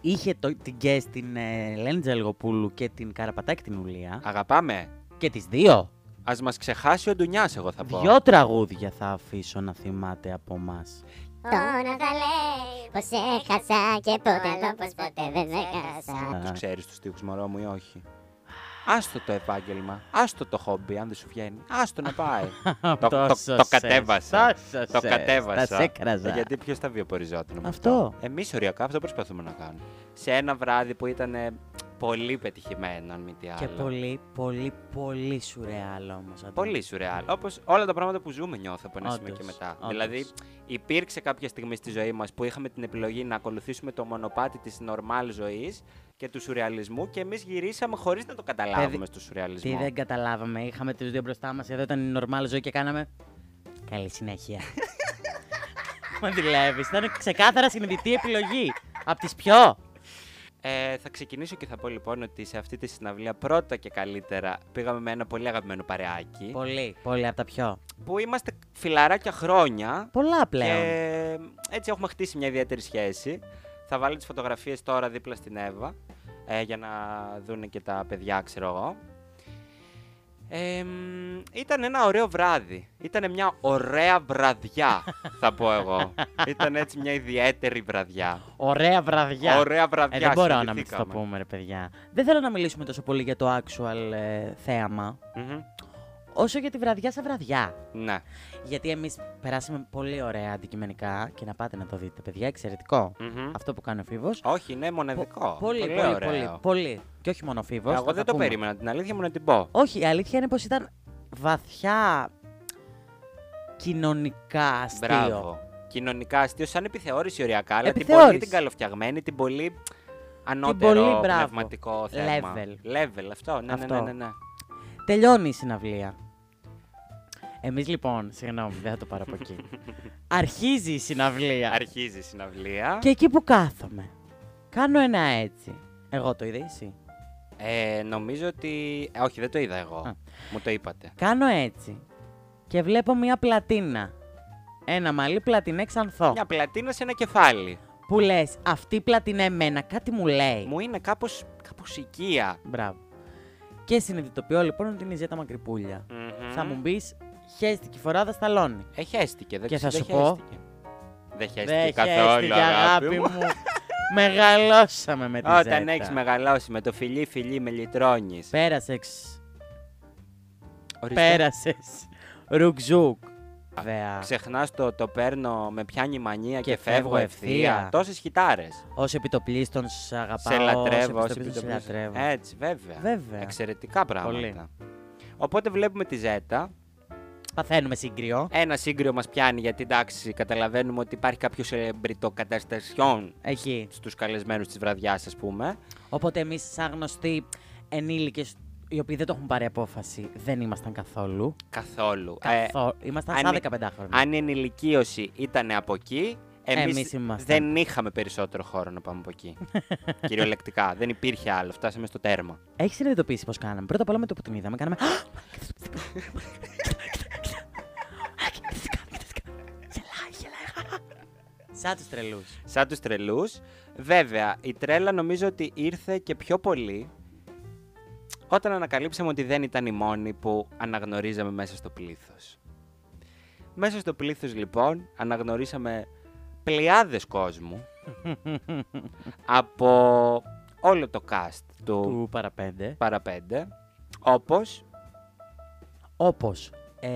S2: Είχε το, την guest την ε, Ελένη Τζαλγοπούλου και την Καραπατάκη την Ουλία.
S1: Αγαπάμε.
S2: Και τις δύο.
S1: Ας μας ξεχάσει ο Ντουνιάς, εγώ θα πω.
S2: Δυο τραγούδια θα αφήσω να θυμάται από εμά.
S3: Τώρα θα λέει πως έχασα και πού παλώ πως ποτέ δεν έχασα
S1: Τους ξέρεις τους τοίχου, μωρό μου, ή όχι. Άστο το επάγγελμα, άστο το χόμπι, αν δεν σου βγαίνει. Άστο να πάει. το, το, το κατέβασα. Το κατέβασα. Ε,
S2: Τα σέκραζα.
S1: Γιατί ποιο τα βιοποριζόταν. με
S2: Αυτό.
S1: Εμείς οριακά αυτό προσπαθούμε να κάνουμε. Σε ένα βράδυ που ήταν ε, πολύ πετυχημένο, αν μη τι άλλο.
S2: Και πολύ, πολύ, πολύ σουρεάλ όμως.
S1: Πολύ σουρεάλ. Όπως όλα τα πράγματα που ζούμε, νιώθω από ένα σημείο και
S2: Όντως,
S1: μετά.
S2: όντως.
S1: Δηλαδή, υπήρξε κάποια στιγμή στη ζωή μας που είχαμε την επιλογή να ακολουθήσουμε το μονοπάτι της νορμάλ ζωής και του σουρεαλισμού και εμείς γυρίσαμε χωρίς να το καταλάβουμε
S2: Παιδί,
S1: στο σουρεαλισμό.
S2: Τι δεν καταλάβαμε. Είχαμε τους δύο μπροστά μας. Εδώ ήταν η νορμάλ ζωή και κάναμε. Καλή συνέχεια. Μα δουλεύεις. Ήταν ξεκάθαρα συνειδητή επιλογή. Απ' τις πιο.
S1: Ε, θα ξεκινήσω και θα πω λοιπόν ότι σε αυτή τη συναυλία πρώτα και καλύτερα πήγαμε με ένα πολύ αγαπημένο παρεάκι
S2: Πολύ. Πολύ απ' τα πιο.
S1: που είμαστε φιλαράκια χρόνια
S2: Πολλά πλέον.
S1: και έτσι έχουμε χτίσει μια ιδιαίτερη σχέση. Θα βάλω τις φωτογραφίες τώρα δίπλα στην Εύα ε, για να δουν και τα παιδιά ξέρω εγώ. Ε, μ, ήταν ένα ωραίο βράδυ. Ήταν μια ωραία βραδιά, θα πω εγώ. ήταν έτσι μια ιδιαίτερη βραδιά.
S2: Ωραία βραδιά.
S1: Ωραία βραδιά.
S2: Ε, δεν μπορώ να μην
S1: συναντηθήκαμε.
S2: το πούμε, ρε παιδιά. Δεν θέλω να μιλήσουμε τόσο πολύ για το actual ε, θέαμα,
S1: Μμμ.
S2: όσο για τη βραδιά σαν βραδιά.
S1: Ναι.
S2: Γιατί εμείς περάσαμε πολύ ωραία αντικειμενικά και να πάτε να το δείτε, παιδιά. Εξαιρετικό.
S1: Μμμ.
S2: Αυτό που κάνει ο Φίβος.
S1: Όχι, είναι μοναδικό.
S2: Πολύ, πολύ, πολύ, πολύ, Και όχι μόνο ο Φίβος.
S1: Εγώ δεν το περίμενα, την αλήθεια μου να την πω.
S2: Όχι, η αλήθεια είναι πως ήταν βαθιά κοινωνικά αστείο.
S1: Μπράβο. Κοινωνικά αστείο, σαν επιθεώρηση ωριακά, αλλά την
S2: Επιθεώρηση.
S1: πολύ την καλοφτιαγμένη, την πολύ ανώτερο
S2: πολύ, μπράβο.
S1: πνευματικό θέμα.
S2: Level.
S1: Level, αυτό. Ναι,
S2: Αυτό.
S1: ναι, ναι, ναι, ναι.
S2: Τελειώνει η συναυλία. Εμείς λοιπόν, συγγνώμη, δεν θα το πάρω από εκεί. Αρχίζει η συναυλία.
S1: Αρχίζει η συναυλία.
S2: Και εκεί που κάθομαι, κάνω ένα έτσι. Εγώ το είδα εσύ.
S1: Ε, νομίζω ότι. ε, όχι, δεν το είδα εγώ.
S2: Α.
S1: Μου το είπατε.
S2: Κάνω έτσι. Και βλέπω μία πλατίνα. Ένα μαλλί πλατινέ ξανθό.
S1: Μια πλατίνα σε ένα κεφάλι.
S2: Που λες, αυτή η πλατινέ εμένα κάτι μου λέει.
S1: Μου είναι κάπως, κάπως οικία.
S2: Μπράβο. Και συνειδητοποιώ λοιπόν ότι είναι η Ζέτα Μακρυπούλια.
S1: Μμμ.
S2: Θα μου πει, χέστηκε η φοράδα σταλώνει.
S1: Ε, χαίστηκε, δεν
S2: Και θα
S1: δεν
S2: σου πω-
S1: χαίστηκε. Δεν χαίστηκε
S2: Δεν
S1: καθόλου,
S2: χέστηκε, αγάπη μου. Μεγαλώσαμε με τη
S1: Όταν
S2: Ζέτα.
S1: έχεις μεγαλώσει με το φιλί, φιλί με λιτρώνει.
S2: Πέρασες, πέρασες. Ρουκζούκ. Βέβαια.
S1: Ξεχνάς το, το παίρνω, με πιάνει η μανία και,
S2: Και
S1: φεύγω
S2: φεύγω
S1: ευθεία.
S2: ευθεία.
S1: Τόσες χιτάρες.
S2: Ως επιτοπλίστων σ' αγαπάω.
S1: Σε λατρεύω, Ε-
S2: ως
S1: ω
S2: επιτοπλίστων σε λατρεύω.
S1: Έτσι, βέβαια.
S2: Βέβαια.
S1: Εξαιρετικά πράγματα.
S2: Πολύ.
S1: Οπότε βλέπουμε τη Ζέτα.
S2: Παθαίνουμε σύγκριο.
S1: Ένα σύγκριο μας πιάνει γιατί εντάξει, καταλαβαίνουμε ότι υπάρχει κάποιο σελεμπριτό καταστασιόν
S2: Εκεί.
S1: στους καλεσμένους της βραδιάς, ας πούμε.
S2: Οπότε εμείς, σαν γνωστοί ενήλικες, οι οποίοι δεν το έχουν πάρει απόφαση, δεν ήμασταν καθόλου.
S1: Καθόλου. Ε,
S2: Καθόλου. Ήμασταν σαν
S1: αν-
S2: 15 χρόνια.
S1: αν η ενηλικίωση ήταν από εκεί, εμείς
S2: Εμείς ήμασταν.
S1: δεν είχαμε περισσότερο χώρο να πάμε από εκεί. Κυριολεκτικά. Δεν υπήρχε άλλο. Φτάσαμε στο τέρμα.
S2: Έχεις συνειδητοποιήσει πώς κάναμε. Πρώτα απ' όλα με το που την είδαμε, κάναμε. «Α, κοίτα, κοίτα, κοίτα, κοίτα, κοίτα, κοίτα, κοίτα, κοίτα, κοίτα, κοίτα». Γελάει, γελάει. χα, χα. Σαν τους τρελούς.
S1: σαν τους τρελούς. Βέβαια, η τρέλα νομίζω ότι ήρθε και πιο πολύ όταν ανακαλύψαμε ότι δεν ήταν η μόνη που αναγνωρίζαμε μέσα στο πλήθος. Μέσα στο πλήθος λοιπόν αναγνωρίσαμε πλειάδες κόσμου από όλο το cast του
S2: Του παραπέντε.
S1: παραπέντε, όπως
S2: Όπως ε,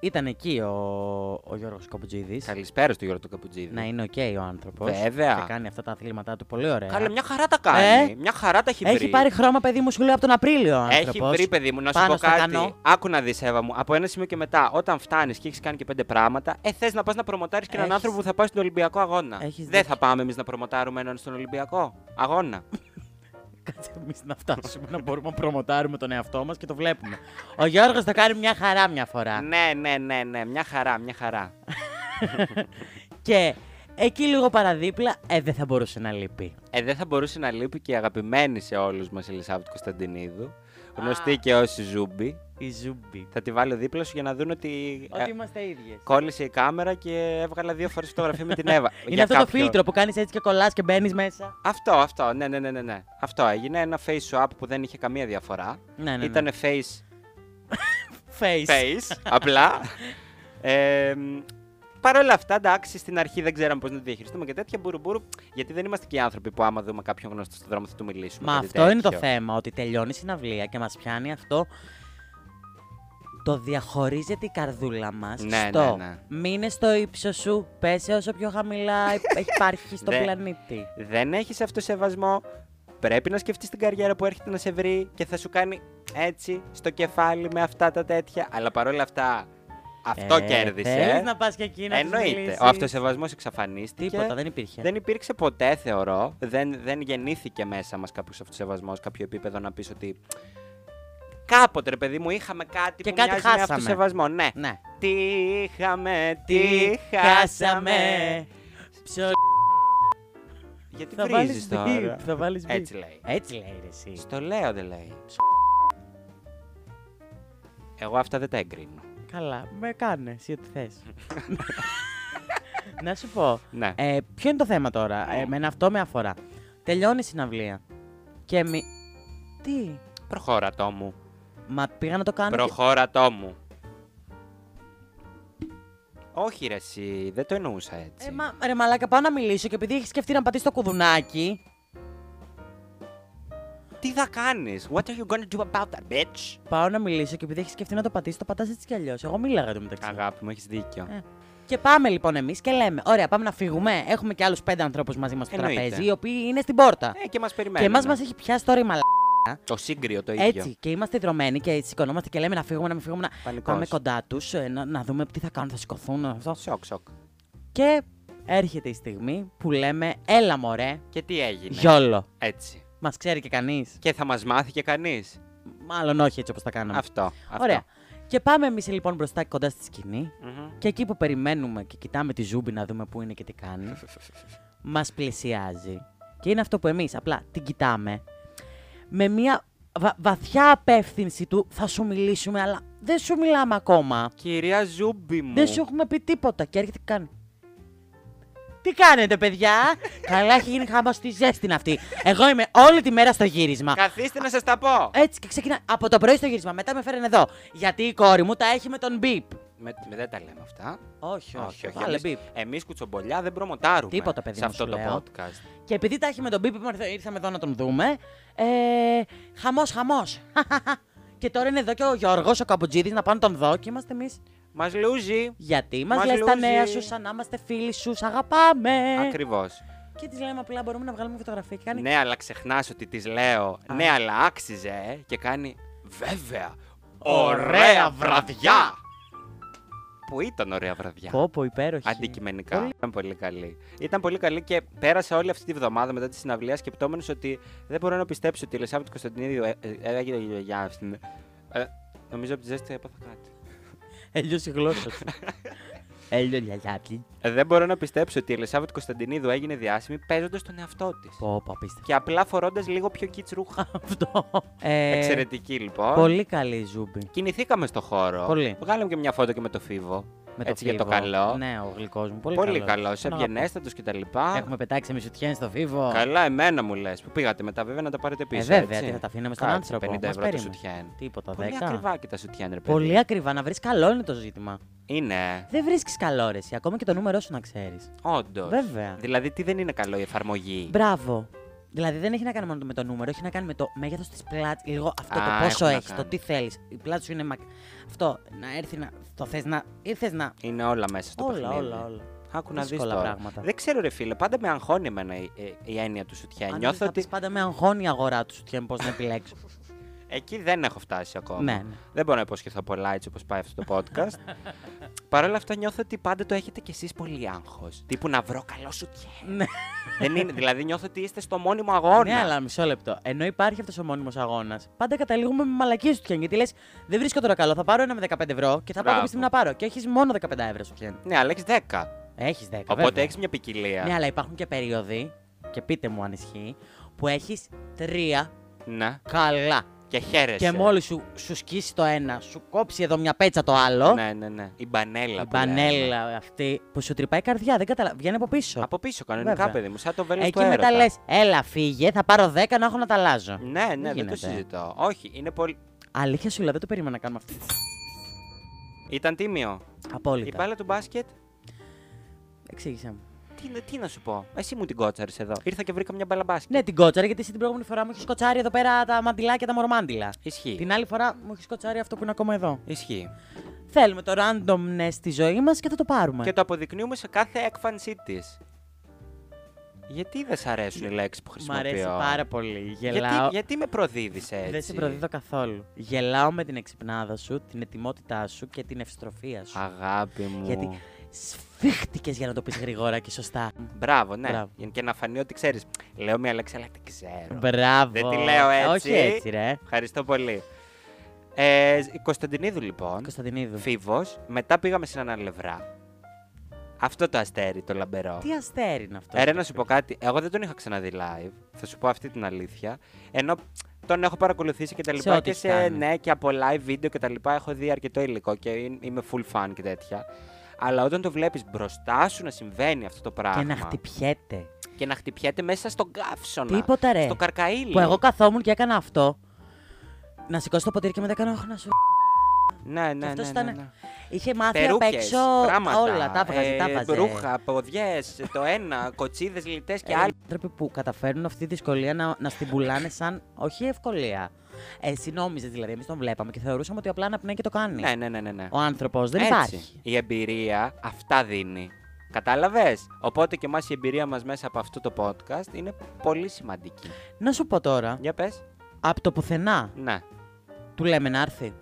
S2: ήταν εκεί ο, ο Γιώργος Κοπουτζίδη.
S1: καλησπέρα στο Γιώργο του Καπουτζίδη.
S2: Να είναι οκ ο άνθρωπος.
S1: Βέβαια.
S2: Και κάνει αυτά τα αθλήματά του πολύ ωραία.
S1: Καλέ, μια χαρά τα κάνει.
S2: Ε,
S1: Μια χαρά τα έχει,
S2: Έχει
S1: βρει.
S2: πάρει χρώμα, παιδί μου, σου λέω από τον Απρίλιο. ο
S1: Έχει
S2: άνθρωπος.
S1: βρει, παιδί μου, να σου
S2: Πάνω
S1: πω
S2: στο
S1: κάτι.
S2: κανό.
S1: Άκου να δεις, Εύα μου. Από ένα σημείο και μετά, όταν φτάνεις και έχεις κάνει και πέντε πράγματα, ε, θες να πας να προμοτάρεις και έναν
S2: Έχεις-
S1: άνθρωπο που θα πάει στον Ολυμπιακό αγώνα.
S2: Έχεις
S1: Δεν
S2: δίκιο.
S1: θα πάμε εμείς να προμοτάρουμε έναν στον Ολυμπιακό αγώνα.
S2: Κάτσε εμείς να φτάσουμε να μπορούμε να προμοτάρουμε τον εαυτό μας και το βλέπουμε. Ο Γιώργος το κάνει μια χαρά μια φορά.
S1: ναι, ναι, ναι, ναι. Μια χαρά, μια χαρά.
S2: και εκεί λίγο παραδίπλα, ε, δεν θα μπορούσε να λείπει.
S1: Ε, δεν θα μπορούσε να λείπει και η αγαπημένη σε όλους μας Ελισάβετ Κωνσταντινίδου, γνωστή και ως Ζούμπι.
S2: Η ζούμπι.
S1: Θα τη βάλω δίπλα σου για να δουν ότι, ε,
S2: Ότι είμαστε ίδιες.
S1: κόλλησε η κάμερα και έβγαλα δύο φορές φωτογραφία με την Εύα.
S2: Είναι
S1: Για
S2: αυτό το
S1: κάποιον.
S2: φίλτρο που κάνεις έτσι και κολλάς και μπαίνεις μέσα.
S1: Αυτό, αυτό, ναι, ναι, ναι, ναι, ναι. Αυτό έγινε ένα face swap που δεν είχε καμία διαφορά.
S2: Ναι, ναι.
S1: Ήτανε face
S2: face.
S1: face, απλά. Ε, μ, Παρ' όλα αυτά, εντάξει, στην αρχή δεν ξέραμε πώς να το διαχειριστούμε και τέτοια μπουρούμπούρου, γιατί δεν είμαστε και οι άνθρωποι που άμα δούμε κάποιον γνωστό στον δρόμο θα του μιλήσουμε.
S2: Μα
S1: κάτι
S2: αυτό είναι το
S1: τέτοιο.
S2: θέμα, ότι τελειώνει η συναυλία και μας πιάνει αυτό. Το διαχωρίζεται η καρδούλα μας
S1: Ναι,
S2: στο
S1: ναι, ναι.
S2: μείνε στο ύψος σου, πέσε όσο πιο χαμηλά υ- υπάρχει στον
S1: Δεν-
S2: πλανήτη.
S1: Δεν έχεις αυτοσεβασμό. Πρέπει να σκεφτείς την καριέρα που έρχεται να σε βρει και θα σου κάνει έτσι στο κεφάλι με αυτά τα τέτοια. Αλλά παρόλα αυτά, αυτό
S2: Ε,
S1: κέρδισε.
S2: Θέλεις να πας και εκεί να τους
S1: Εννοείται.
S2: μιλήσεις.
S1: Ο αυτοσεβασμός εξαφανίστηκε.
S2: Τίποτα, δεν υπήρχε.
S1: Δεν υπήρξε ποτέ, θεωρώ. Δεν, δεν γεννήθηκε μέσα μας κάποιος αυτοσεβασμός, κάποιο επίπεδο να πεις ότι. Κάποτε, ρε παιδί μου, είχαμε κάτι
S2: Και
S1: που
S2: κάτι
S1: μοιάζει με
S2: χάσαμε.
S1: αυτοσεβασμό. Ναι.
S2: Ναι.
S1: Τι είχαμε, τι,
S2: Τι χάσαμε.
S1: χάσαμε.
S2: Ψο...
S1: Γιατί
S2: Θα
S1: βρίζεις
S2: βάλεις
S1: τώρα.
S2: beep, θα βάλεις beep.
S1: Έτσι λέει.
S2: Έτσι λέει ρε εσύ.
S1: Στο λέω δεν λέει. Εγώ αυτά δεν τα εγκρίνω.
S2: Καλά, με κάνες εσύ ό,τι θες. να σου πω,
S1: Ναι.
S2: Ε, ποιο είναι το θέμα τώρα. Ε, εμένα αυτό με αφορά. Τελειώνει η συναυλία. Και μη. Τι.
S1: Προχώρατό μου.
S2: Μα πήγα να το κάνω. και-
S1: Προχώρατό μου. Όχι ρε εσύ, δεν το εννοούσα έτσι.
S2: Ε, μα, ρε μαλάκα, πάω να μιλήσω και επειδή έχεις σκεφτεί να πατήσεις το κουδουνάκι.
S1: Τι θα κάνεις, what are you gonna do about that bitch.
S2: Πάω να μιλήσω και επειδή έχεις σκεφτεί να το πατήσεις, το πατάς έτσι κι αλλιώς. Εγώ μίλαγα το μεταξύ.
S1: Αγάπη μου, έχεις δίκιο.
S2: Ε, Και πάμε λοιπόν εμείς και λέμε: Ωραία, πάμε να φύγουμε. Έχουμε και άλλους πέντε ανθρώπους μαζί μας στο
S1: Εννοείται.
S2: τραπέζι, οι οποίοι είναι στην πόρτα.
S1: Ε, και μας
S2: και
S1: περιμένουν.
S2: εμάς μας έχει πιάσει τώρα η μαλάκα.
S1: Το σύγκριο το ίδιο.
S2: Έτσι. Και είμαστε δρομένοι και σηκωνόμαστε και λέμε να φύγουμε, να μην φύγουμε. Να...
S1: Πανικός.
S2: Πάμε κοντά τους, να, να δούμε τι θα κάνουν, θα σηκωθούν. Αυτό.
S1: Σοκ, σοκ.
S2: Και έρχεται η στιγμή που λέμε έλα μωρέ,
S1: Και τι έγινε.
S2: γιόλο.
S1: Έτσι.
S2: Μας ξέρει και κανείς.
S1: Και θα μας μάθει και κανείς.
S2: Μάλλον όχι έτσι όπως τα κάναμε.
S1: Αυτό. αυτό.
S2: Ναι. Ωραία. Και πάμε εμείς λοιπόν μπροστά κοντά στη σκηνή
S1: Μμμ.
S2: και εκεί που περιμένουμε και κοιτάμε τη ζούμπι να δούμε πού είναι και τι κάνει, μας πλησιάζει. Και είναι αυτό που εμείς απλά την κοιτάμε με μια βα- βαθιά απεύθυνση του θα σου μιλήσουμε αλλά δεν σου μιλάμε ακόμα.
S1: Κυρία Ζούμπι μου.
S2: Δεν σου έχουμε πει τίποτα. Και έρχεται και κάνει. Τι κάνετε, παιδιά! Καλά, έχει γίνει χάμπα στη ζέστη είναι αυτή. Εγώ είμαι όλη τη μέρα στο γύρισμα.
S1: Καθίστε να σας τα πω.
S2: Έτσι και ξεκινά. Από το πρωί στο γύρισμα. Μετά με φέρνει εδώ. Γιατί η κόρη μου τα έχει με τον μπίπ.
S1: Με, με- δεν τα λέμε αυτά.
S2: Όχι, όχι. Βάλε
S1: Εμείς,
S2: μπίπ.
S1: εμείς κουτσομπολιά δεν προμοτάρουμε.
S2: Τίποτα, παιδί
S1: Σε
S2: μου,
S1: αυτό
S2: σου
S1: το
S2: λέω.
S1: podcast.
S2: Και επειδή τα έχει με τον μπίπ, είπαμε, «Ήρθε- ήρθαμε εδώ να τον δούμε. Ε, χαμός, χαμός. και τώρα είναι εδώ και ο Γιώργος, ο Καμπουτζίδη, να πάνε τον δω και είμαστε εμείς.
S1: Μας λούζει.
S2: Γιατί μας
S1: Μας
S2: λες τα
S1: λούζει.
S2: νέα σου, σαν να είμαστε φίλοι σου, σ' αγαπάμε.
S1: Ακριβώς.
S2: Και της λέμε απλά μπορούμε να βγάλουμε φωτογραφία και κάνει.
S1: Ναι, αλλά ξεχνάς ότι της λέω. Ναι, αλλά άξιζε. ε, Και κάνει βέβαια. Ωραία βραδιά. Που ήταν ωραία βραδιά.
S2: Πω, πω, υπέροχη.
S1: Αντικειμενικά. Ήταν πολύ καλή. Ήταν πολύ καλή και πέρασα όλη αυτή τη βδομάδα μετά τη συναυλία σκεπτόμενος ότι δεν μπορώ να πιστέψω ότι η Λεσάβη του Κωνσταντινίδη ε, ε, έγινε για αυτήν. Ε, Νομίζω από τη ζέστη έπαθα κάτι.
S2: Έλειωσε η γλώσσα σου. Έλειο λιαλιάτη.
S1: Ε, Δεν μπορώ να πιστέψω ότι η Ελισάβετ Κωνσταντινίδου έγινε διάσημη παίζοντας τον εαυτό της.
S2: Πω, πω, απίστευτο.
S1: Και απλά φορώντας λίγο πιο κίτς ρούχα.
S2: Αυτό. Ε,
S1: Εξαιρετική λοιπόν.
S2: Πολύ καλή η ζούμπη.
S1: Κινηθήκαμε στο χώρο.
S2: Πολύ.
S1: Βγάλαμε και μια φώτο και με το φίβο.
S2: Με
S1: Έτσι για το
S2: φίβο.
S1: καλό.
S2: Ναι, ο γλυκός μου. Πολύ,
S1: Πολύ
S2: καλός.
S1: καλός.
S2: Τον αγαπώ.
S1: Ευγενέστατος κτλ. λοιπά.
S2: Έχουμε πετάξει μισουτιέν στο φίβο.
S1: Καλά, εμένα μου λες. Που πήγατε μετά, βέβαια να τα πάρετε πίσω.
S2: Ε, βέβαια,
S1: έτσι.
S2: τι θα τα αφήναμε στον
S1: Κάτσε,
S2: άνθρωπο.
S1: 50
S2: Μας
S1: ευρώ το
S2: περίμενε.
S1: σουτιέν.
S2: Τίποτα,
S1: Πολύ
S2: 10.
S1: ακριβά και τα σουτιέν, ρε παιδί.
S2: Πολύ ακριβά να βρεις καλό είναι το ζήτημα.
S1: Είναι,
S2: Δεν βρίσκεις καλό ρε, εσύ, ακόμα και το νούμερό σου να ξέρεις.
S1: όντως.
S2: Βέβαια.
S1: Δηλαδή, τι δεν είναι καλό η εφαρμογή.
S2: Μπράβο. Δηλαδή δεν έχει να κάνει μόνο με το νούμερο, έχει να κάνει με το μέγεθος της πλάτη. Λίγο αυτό
S1: Α,
S2: το πόσο
S1: έχουν να
S2: έχεις, το
S1: κάνουν.
S2: τι θέλεις. Η πλάτη σου είναι μακ... Αυτό, να έρθει να. Το θες να. ήρθε να.
S1: Είναι όλα μέσα στο
S2: όλα,
S1: παιχνίδι.
S2: όλα, όλα.
S1: Άκου να δεις
S2: Δύσκολα
S1: τώρα.
S2: πράγματα.
S1: Δεν ξέρω ρε φίλε, πάντα με αγχώνει εμένα η, η- η έννοια του σουτιέν.
S2: Αν
S1: Ε, Νιώθω
S2: θα
S1: ότι
S2: πεις πάντα με αγχώνει η αγορά του, σου πώς να επιλέξω.
S1: εκεί δεν έχω φτάσει ακόμα.
S2: ναι, ναι.
S1: Δεν μπορώ να υποσχεθώ πολλά έτσι όπως πάει αυτό το podcast. Παρ' όλα αυτά νιώθω ότι πάντα το έχετε κι εσείς πολύ άγχος. Τύπου να βρω καλό σουτιέν.
S2: Ναι.
S1: δεν είναι, δηλαδή νιώθω ότι είστε στο μόνιμο αγώνα.
S2: ναι, αλλά μισό λεπτό. Ενώ υπάρχει αυτός ο μόνιμος αγώνας, πάντα καταλήγουμε με μαλακίες του Γιατί λες, δεν βρίσκω τώρα καλό. Θα πάρω ένα με 15 ευρώ και θα πάω
S1: Μπράβο.
S2: κάποια στιγμή να πάρω. Και έχεις μόνο 15 ευρώ σου πιάνει.
S1: Ναι, αλλά έχεις 10.
S2: Έχει 10.
S1: Οπότε
S2: Ε, βέβαια.
S1: έχεις μια ποικιλία.
S2: Ναι, αλλά υπάρχουν και περίοδοι, και πείτε μου αν ισχύει, που έχεις τρία
S1: Ναι.
S2: καλά.
S1: Και χαίρεσαι.
S2: Και μόλις σου, σου σκίσει το ένα, σου κόψει εδώ μια πέτσα το άλλο.
S1: Ναι, ναι, ναι. Η μπανέλα.
S2: Η
S1: που λέμε.
S2: μπανέλα αυτή που σου τρυπάει η καρδιά, δεν καταλαβαίνω. Βγαίνει από πίσω.
S1: Από πίσω, κανονικά,
S2: Βέβαια.
S1: παιδί μου. Σαν το βέλος του
S2: Εκεί
S1: έρωτα.
S2: μετά λες, έλα φύγε, θα πάρω 10 να έχω να τα αλλάζω.
S1: Ναι, ναι, δεν το
S2: γίνεται.
S1: συζητώ. Όχι, είναι πολύ.
S2: Αλήθεια σου λέω, δεν το περίμενα να κάνουμε αυτή.
S1: Ήταν τίμιο. Η
S2: Απόλυτα.
S1: μπάλα του μπάσκετ,
S2: Εξήγησέ μου.
S1: τι, να- τι να σου πω. Εσύ μου την κότσαρες εδώ. Ήρθα και βρήκα μια μπάλα μπάσκετ.
S2: Ναι, την κότσαρα, γιατί εσύ την προηγούμενη φορά μου έχεις κοτσάρει εδώ πέρα τα μαντιλάκια, τα μορμάντιλα.
S1: Ισχύει.
S2: Την άλλη φορά μου έχεις κοτσάρει αυτό που είναι ακόμα εδώ.
S1: Ισχύει.
S2: Ναι. Θέλουμε το randomness στη ζωή μας και θα το πάρουμε.
S1: Και το αποδεικνύουμε σε κάθε έκφανσή της. Γιατί δεν σ' αρέσουν οι λέξεις που
S2: Μ'
S1: χρησιμοποιώ.
S2: αρέσει πάρα πολύ. Γελάω.
S1: Γιατί, γιατί με προδίδεις έτσι.
S2: Δεν σε προδίδω καθόλου. Γελάω με την εξυπνάδα σου, την ετοιμότητά σου και την ευστροφία σου.
S1: Αγάπη μου.
S2: Γιατί σφίχτηκες για να το πεις γρήγορα και σωστά.
S1: Μπράβο, ναι.
S2: Μπράβο.
S1: Για- Και να φανεί ότι ξέρεις. Λέω μια λέξη, αλλά την ξέρω.
S2: Μπράβο.
S1: Δεν τη λέω έτσι.
S2: Όχι έτσι, ρε.
S1: Ευχαριστώ πολύ. Ε, η Κωνσταντινίδου, λοιπόν.
S2: Κωνσταντινίδου.
S1: Φίβος. Μετά πήγαμε στην Αναλευρά. Αυτό το αστέρι, το λαμπερό.
S2: Τι αστέρι είναι αυτό.
S1: Ρε, να σου πω κάτι. Εγώ δεν τον είχα ξαναδεί live. Θα σου πω αυτή την αλήθεια. Ενώ τον έχω παρακολουθήσει και τα
S2: Σε
S1: λοιπά.
S2: ό,τι
S1: και
S2: έχει
S1: σε
S2: κάνει.
S1: ναι, και από live βίντεο και τα λοιπά. Έχω δει αρκετό υλικό και ε- είμαι full fan και τέτοια. Αλλά όταν το βλέπεις μπροστά σου να συμβαίνει αυτό το πράγμα.
S2: Και να χτυπιέται.
S1: και να χτυπιέται μέσα στον καύσωνα.
S2: Τίποτα, ρε.
S1: Στο καρκαίλι.
S2: Που εγώ καθόμουν και έκανα αυτό. Να σηκώσω το ποτήρι και μετά έκανα. «Ωχ, να σου.
S1: Ναι, ναι,
S2: αυτός
S1: ναι,
S2: ήταν-
S1: ναι, ναι.
S2: Είχε μάθει απ'
S1: Περούκες,
S2: έξω
S1: πράγματα,
S2: όλα. Τα έβγαζε, τα
S1: ε,
S2: έβγαζε.
S1: Ρούχα, ποδιές, το ένα, κοτσίδες, λιτές
S2: Ε,
S1: και άλλοι.
S2: άνθρωποι που καταφέρνουν αυτή τη δυσκολία να, να στην πουλάνε σαν όχι ευκολία. Εσύ νόμιζε δηλαδή, εμείς τον βλέπαμε και θεωρούσαμε ότι απλά αναπνέει και το κάνει.
S1: Ναι, ναι, ναι, ναι. ναι.
S2: Ο άνθρωπος δεν
S1: Έτσι.
S2: υπάρχει.
S1: Η εμπειρία αυτά δίνει. Κατάλαβες. Οπότε και εμάς η εμπειρία μας μέσα από αυτό το podcast είναι πολύ σημαντική.
S2: Να σου πω τώρα,
S1: Για πες.
S2: από το πουθενά
S1: Ναι.
S2: του λέμε να έρθει.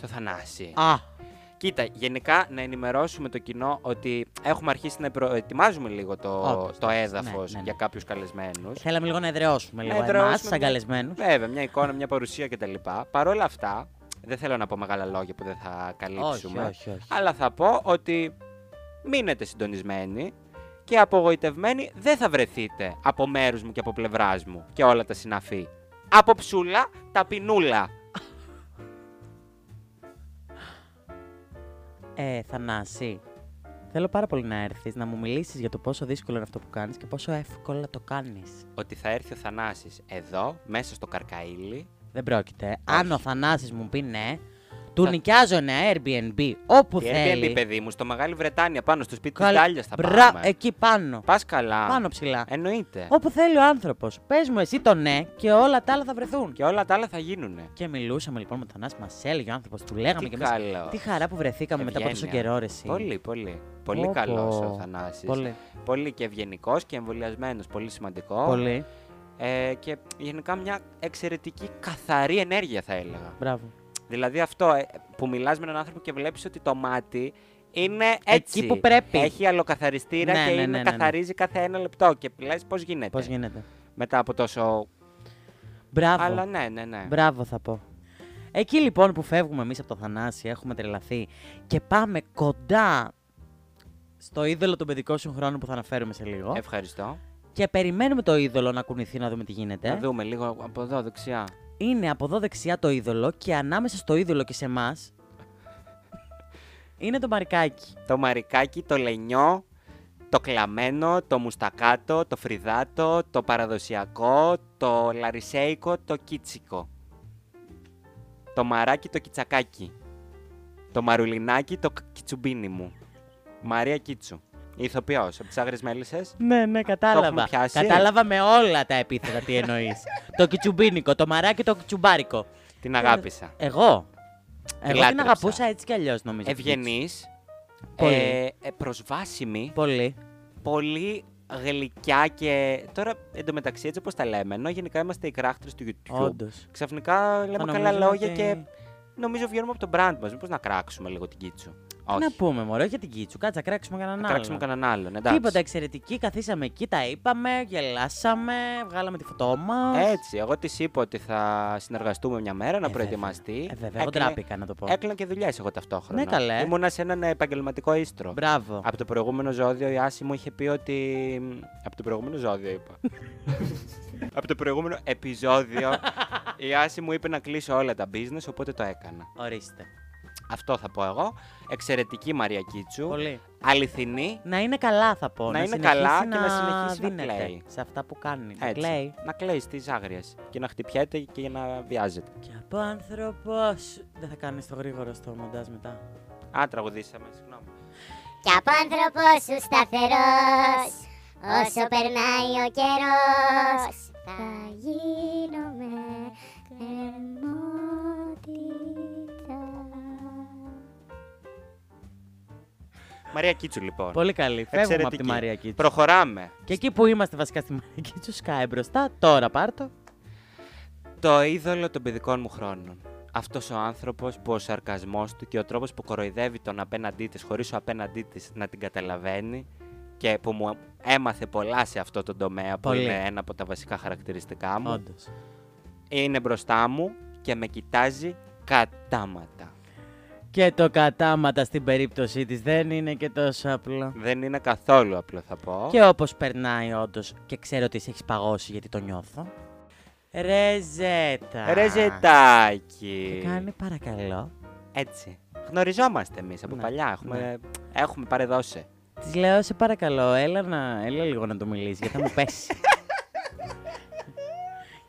S1: Το Θανάση.
S2: Α,
S1: Κοίτα, γενικά να ενημερώσουμε το κοινό ότι έχουμε αρχίσει να προετοιμάζουμε λίγο το,
S2: Όντως,
S1: το
S2: ναι,
S1: έδαφος
S2: ναι, ναι.
S1: για κάποιους καλεσμένους.
S2: θέλαμε λίγο να εδραιώσουμε λίγο
S1: Να
S2: εμάς,
S1: εδραιώσουμε
S2: σαν
S1: μια-
S2: καλεσμένους.
S1: Βέβαια, μια εικόνα, μια παρουσία κτλ. Παρ' όλα αυτά, δεν θέλω να πω μεγάλα λόγια που δεν θα
S2: Όχι,
S1: καλύψουμε.
S2: όχι, όχι.
S1: Αλλά θα πω ότι μείνετε συντονισμένοι και απογοητευμένοι δεν θα βρεθείτε από μέρους μου και από πλευράς μου και όλα τα συναφή. Από ψούλα, ταπεινούλα.
S2: Ε, Θανάση, θέλω πάρα πολύ να έρθεις να μου μιλήσεις για το πόσο δύσκολο είναι αυτό που κάνεις και πόσο εύκολα το κάνεις.
S1: Ότι θα έρθει ο Θανάσης εδώ, μέσα στο καρκαίλι.
S2: Δεν πρόκειται. Αν ο Θανάσης μου πει ναι, του
S1: Θα-
S2: νοικιάζω ένα Airbnb όπου
S1: Η
S2: θέλει.
S1: Airbnb, παιδί μου, στο Μεγάλη Βρετάνια, πάνω στο σπίτι
S2: Καλ-
S1: της Ντάλιας θα
S2: Μπρα-
S1: πάμε. Ε.
S2: Εκεί πάνω.
S1: Πας καλά.
S2: Πάνω ψηλά.
S1: Εννοείται.
S2: Όπου θέλει ο άνθρωπος. Πες μου εσύ το ναι και όλα τα άλλα θα βρεθούν. Και,
S1: Και όλα τα άλλα θα γίνουνε.
S2: μιλούσαμε λοιπόν με τον Θανάση, μα έλεγε ο άνθρωπος, του λέγαμε
S1: Τι
S2: και εμείς.
S1: καλό.
S2: Τι χαρά που βρεθήκαμε μετά από τόσο
S1: Ευγένεια.
S2: καιρό, ρε, εσύ.
S1: Πολύ, πολύ. Πολύ
S2: Πω,
S1: καλός
S2: πω.
S1: ο Θανάσης.
S2: Πολύ.
S1: Πολύ και ευγενικός και εμβολιασμένος. Πολύ σημαντικό.
S2: Πολύ.
S1: Ε, και γενικά μια εξαιρετική καθαρή ενέργεια θα έλεγα.
S2: Μπράβο.
S1: Δηλαδή αυτό ε, που μιλάς με έναν άνθρωπο και βλέπεις ότι το μάτι είναι έτσι.
S2: Εκεί που πρέπει.
S1: Έχει αλλοκαθαριστήρα
S2: Ναι,
S1: και
S2: ναι,
S1: είναι,
S2: ναι, ναι, ναι.
S1: καθαρίζει κάθε ένα λεπτό και λες πώς γίνεται.
S2: Πώς γίνεται.
S1: Μετά από τόσο...
S2: Μπράβο.
S1: Αλλά ναι, ναι, ναι.
S2: Μπράβο θα πω. Εκεί λοιπόν που φεύγουμε εμείς από το Θανάση, έχουμε τρελαθεί και πάμε κοντά στο είδωλο των παιδικών συγχρόνων που θα αναφέρουμε σε λίγο.
S1: Ε, Ευχαριστώ.
S2: Και περιμένουμε το είδωλο να κουνηθεί να δούμε τι γίνεται.
S1: Να δούμε λίγο από εδώ δεξιά.
S2: Είναι από εδώ δεξιά το είδωλο και ανάμεσα στο είδωλο και σε εμάς. είναι το μαρικάκι.
S1: Το μαρικάκι, το λενιό, το κλαμένο, το μουστακάτο, το φριδάτο, το παραδοσιακό, το λαρισέικο, το κίτσικο. Το μαράκι, το κιτσακάκι. Το μαρουλινάκι, το κ- κιτσουμπίνι μου. Μαρία Κίτσου. Ηθοποιός, από τις Άγρες Μέλισσες.
S2: Ναι, ναι,
S1: έχουμε
S2: κατάλαβα.
S1: πιάσει.
S2: Κατάλαβα με όλα τα επίθετα τι εννοείς. το κιτσουμπίνικο, το μαράκι, το κιτσουμπάρικο.
S1: Την αγάπησα.
S2: Εγώ. Εγώ την
S1: λάτρεψα.
S2: αγαπούσα έτσι κι αλλιώς νομίζω. την
S1: Ευγενής.
S2: Πολύ.
S1: Ε, ε, προσβάσιμη.
S2: Πολύ.
S1: πολύ γλυκιά και τώρα εντωμεταξύ έτσι όπως τα λέμε, ενώ γενικά είμαστε οι κράχτες του YouTube.
S2: Όντως.
S1: Ξαφνικά λέμε
S2: Θα
S1: καλά
S2: νομίζουμε
S1: λόγια
S2: ότι-
S1: και νομίζω βγαίνουμε από τον brand μας. Μήπως να κράξουμε λίγο την Κίτσου.
S2: Τι
S1: Όχι.
S2: να πούμε, μωρέ, για την Κίτσου. Κάτσα, κράξουμε κανέναν
S1: Να
S2: άλλο.
S1: κράξουμε κανέναν άλλον. Εντάξει.
S2: Τίποτα εξαιρετική. Καθίσαμε εκεί, τα είπαμε, γελάσαμε, βγάλαμε τη φωτό μας.
S1: Έτσι, εγώ της είπα ότι θα συνεργαστούμε μια μέρα να
S2: Ε,
S1: προετοιμαστεί.
S2: Ε, βέβαια, εγώ
S1: Έκλε-
S2: τράπηκα να το πω.
S1: Έκλανα και δουλειές εγώ ταυτόχρονα.
S2: Ναι, καλέ.
S1: Ήμουνα σε έναν επαγγελματικό ίστρο.
S2: Μπράβο.
S1: Από το προηγούμενο ζώδιο η Άση μου είχε πει ότι. Από το προηγούμενο ζώδιο είπα. Από το προηγούμενο επεισόδιο η Άση μου είπε να κλείσω όλα τα business, οπότε το έκανα.
S2: Ορίστε.
S1: Αυτό θα πω εγώ. Εξαιρετική Μαρία Κίτσου.
S2: Πολύ.
S1: Αληθινή.
S2: Να είναι καλά, θα πω.
S1: Να είναι
S2: συνεχίσει
S1: καλά και να συνεχίσει να
S2: δίνεται
S1: κλαίει.
S2: Σε αυτά που κάνει. Να
S1: Έτσι.
S2: κλαίει.
S1: Να κλαίει στις άγριες και να χτυπιέται και να βιάζεται.
S2: Και από άνθρωπος. Δεν θα κάνεις το γρήγορο στο μοντάζ μετά.
S1: Α, τραγουδήσαμε, συγγνώμη.
S3: Κι από άνθρωπος σου σταθερός Όσο περνάει ο καιρός Θα γίνομαι κρεμότητα
S1: Μαρία Κίτσου, λοιπόν.
S2: Πολύ καλή. Φεύγουμε από τη
S1: Εξαιρετική.
S2: Μαρία Κίτσου.
S1: Προχωράμε.
S2: Και εκεί που είμαστε βασικά στη Μαρία Κίτσου, σκάει μπροστά. Τώρα πάρτο.
S1: Το είδωλο των παιδικών μου χρόνων. Αυτός ο άνθρωπος που ο σαρκασμός του και ο τρόπος που κοροϊδεύει τον απέναντί της χωρίς ο απέναντί της να την καταλαβαίνει και που μου έμαθε πολλά σε αυτό το τομέα που
S2: Πολύ.
S1: είναι ένα από τα βασικά χαρακτηριστικά μου.
S2: Όντως.
S1: Είναι μπροστά μου και με κοιτάζει κατάματα.
S2: Και το κατάματα στην περίπτωσή της δεν είναι και τόσο απλό.
S1: Δεν είναι καθόλου απλό θα πω.
S2: Και όπως περνάει, όντως, και ξέρω ότι σε έχεις παγώσει γιατί το νιώθω. Ρεζέτα.
S1: Ρε ζετάκι.
S2: Και κάνει παρακαλώ.
S1: Έτσι. Γνωριζόμαστε εμείς από
S2: Ναι,
S1: παλιά. Έχουμε, έχουμε παρεδώσει.
S2: Της λέω, σε παρακαλώ, έλα, να, έλα λίγο να το μιλήσεις, γιατί θα μου πέσει.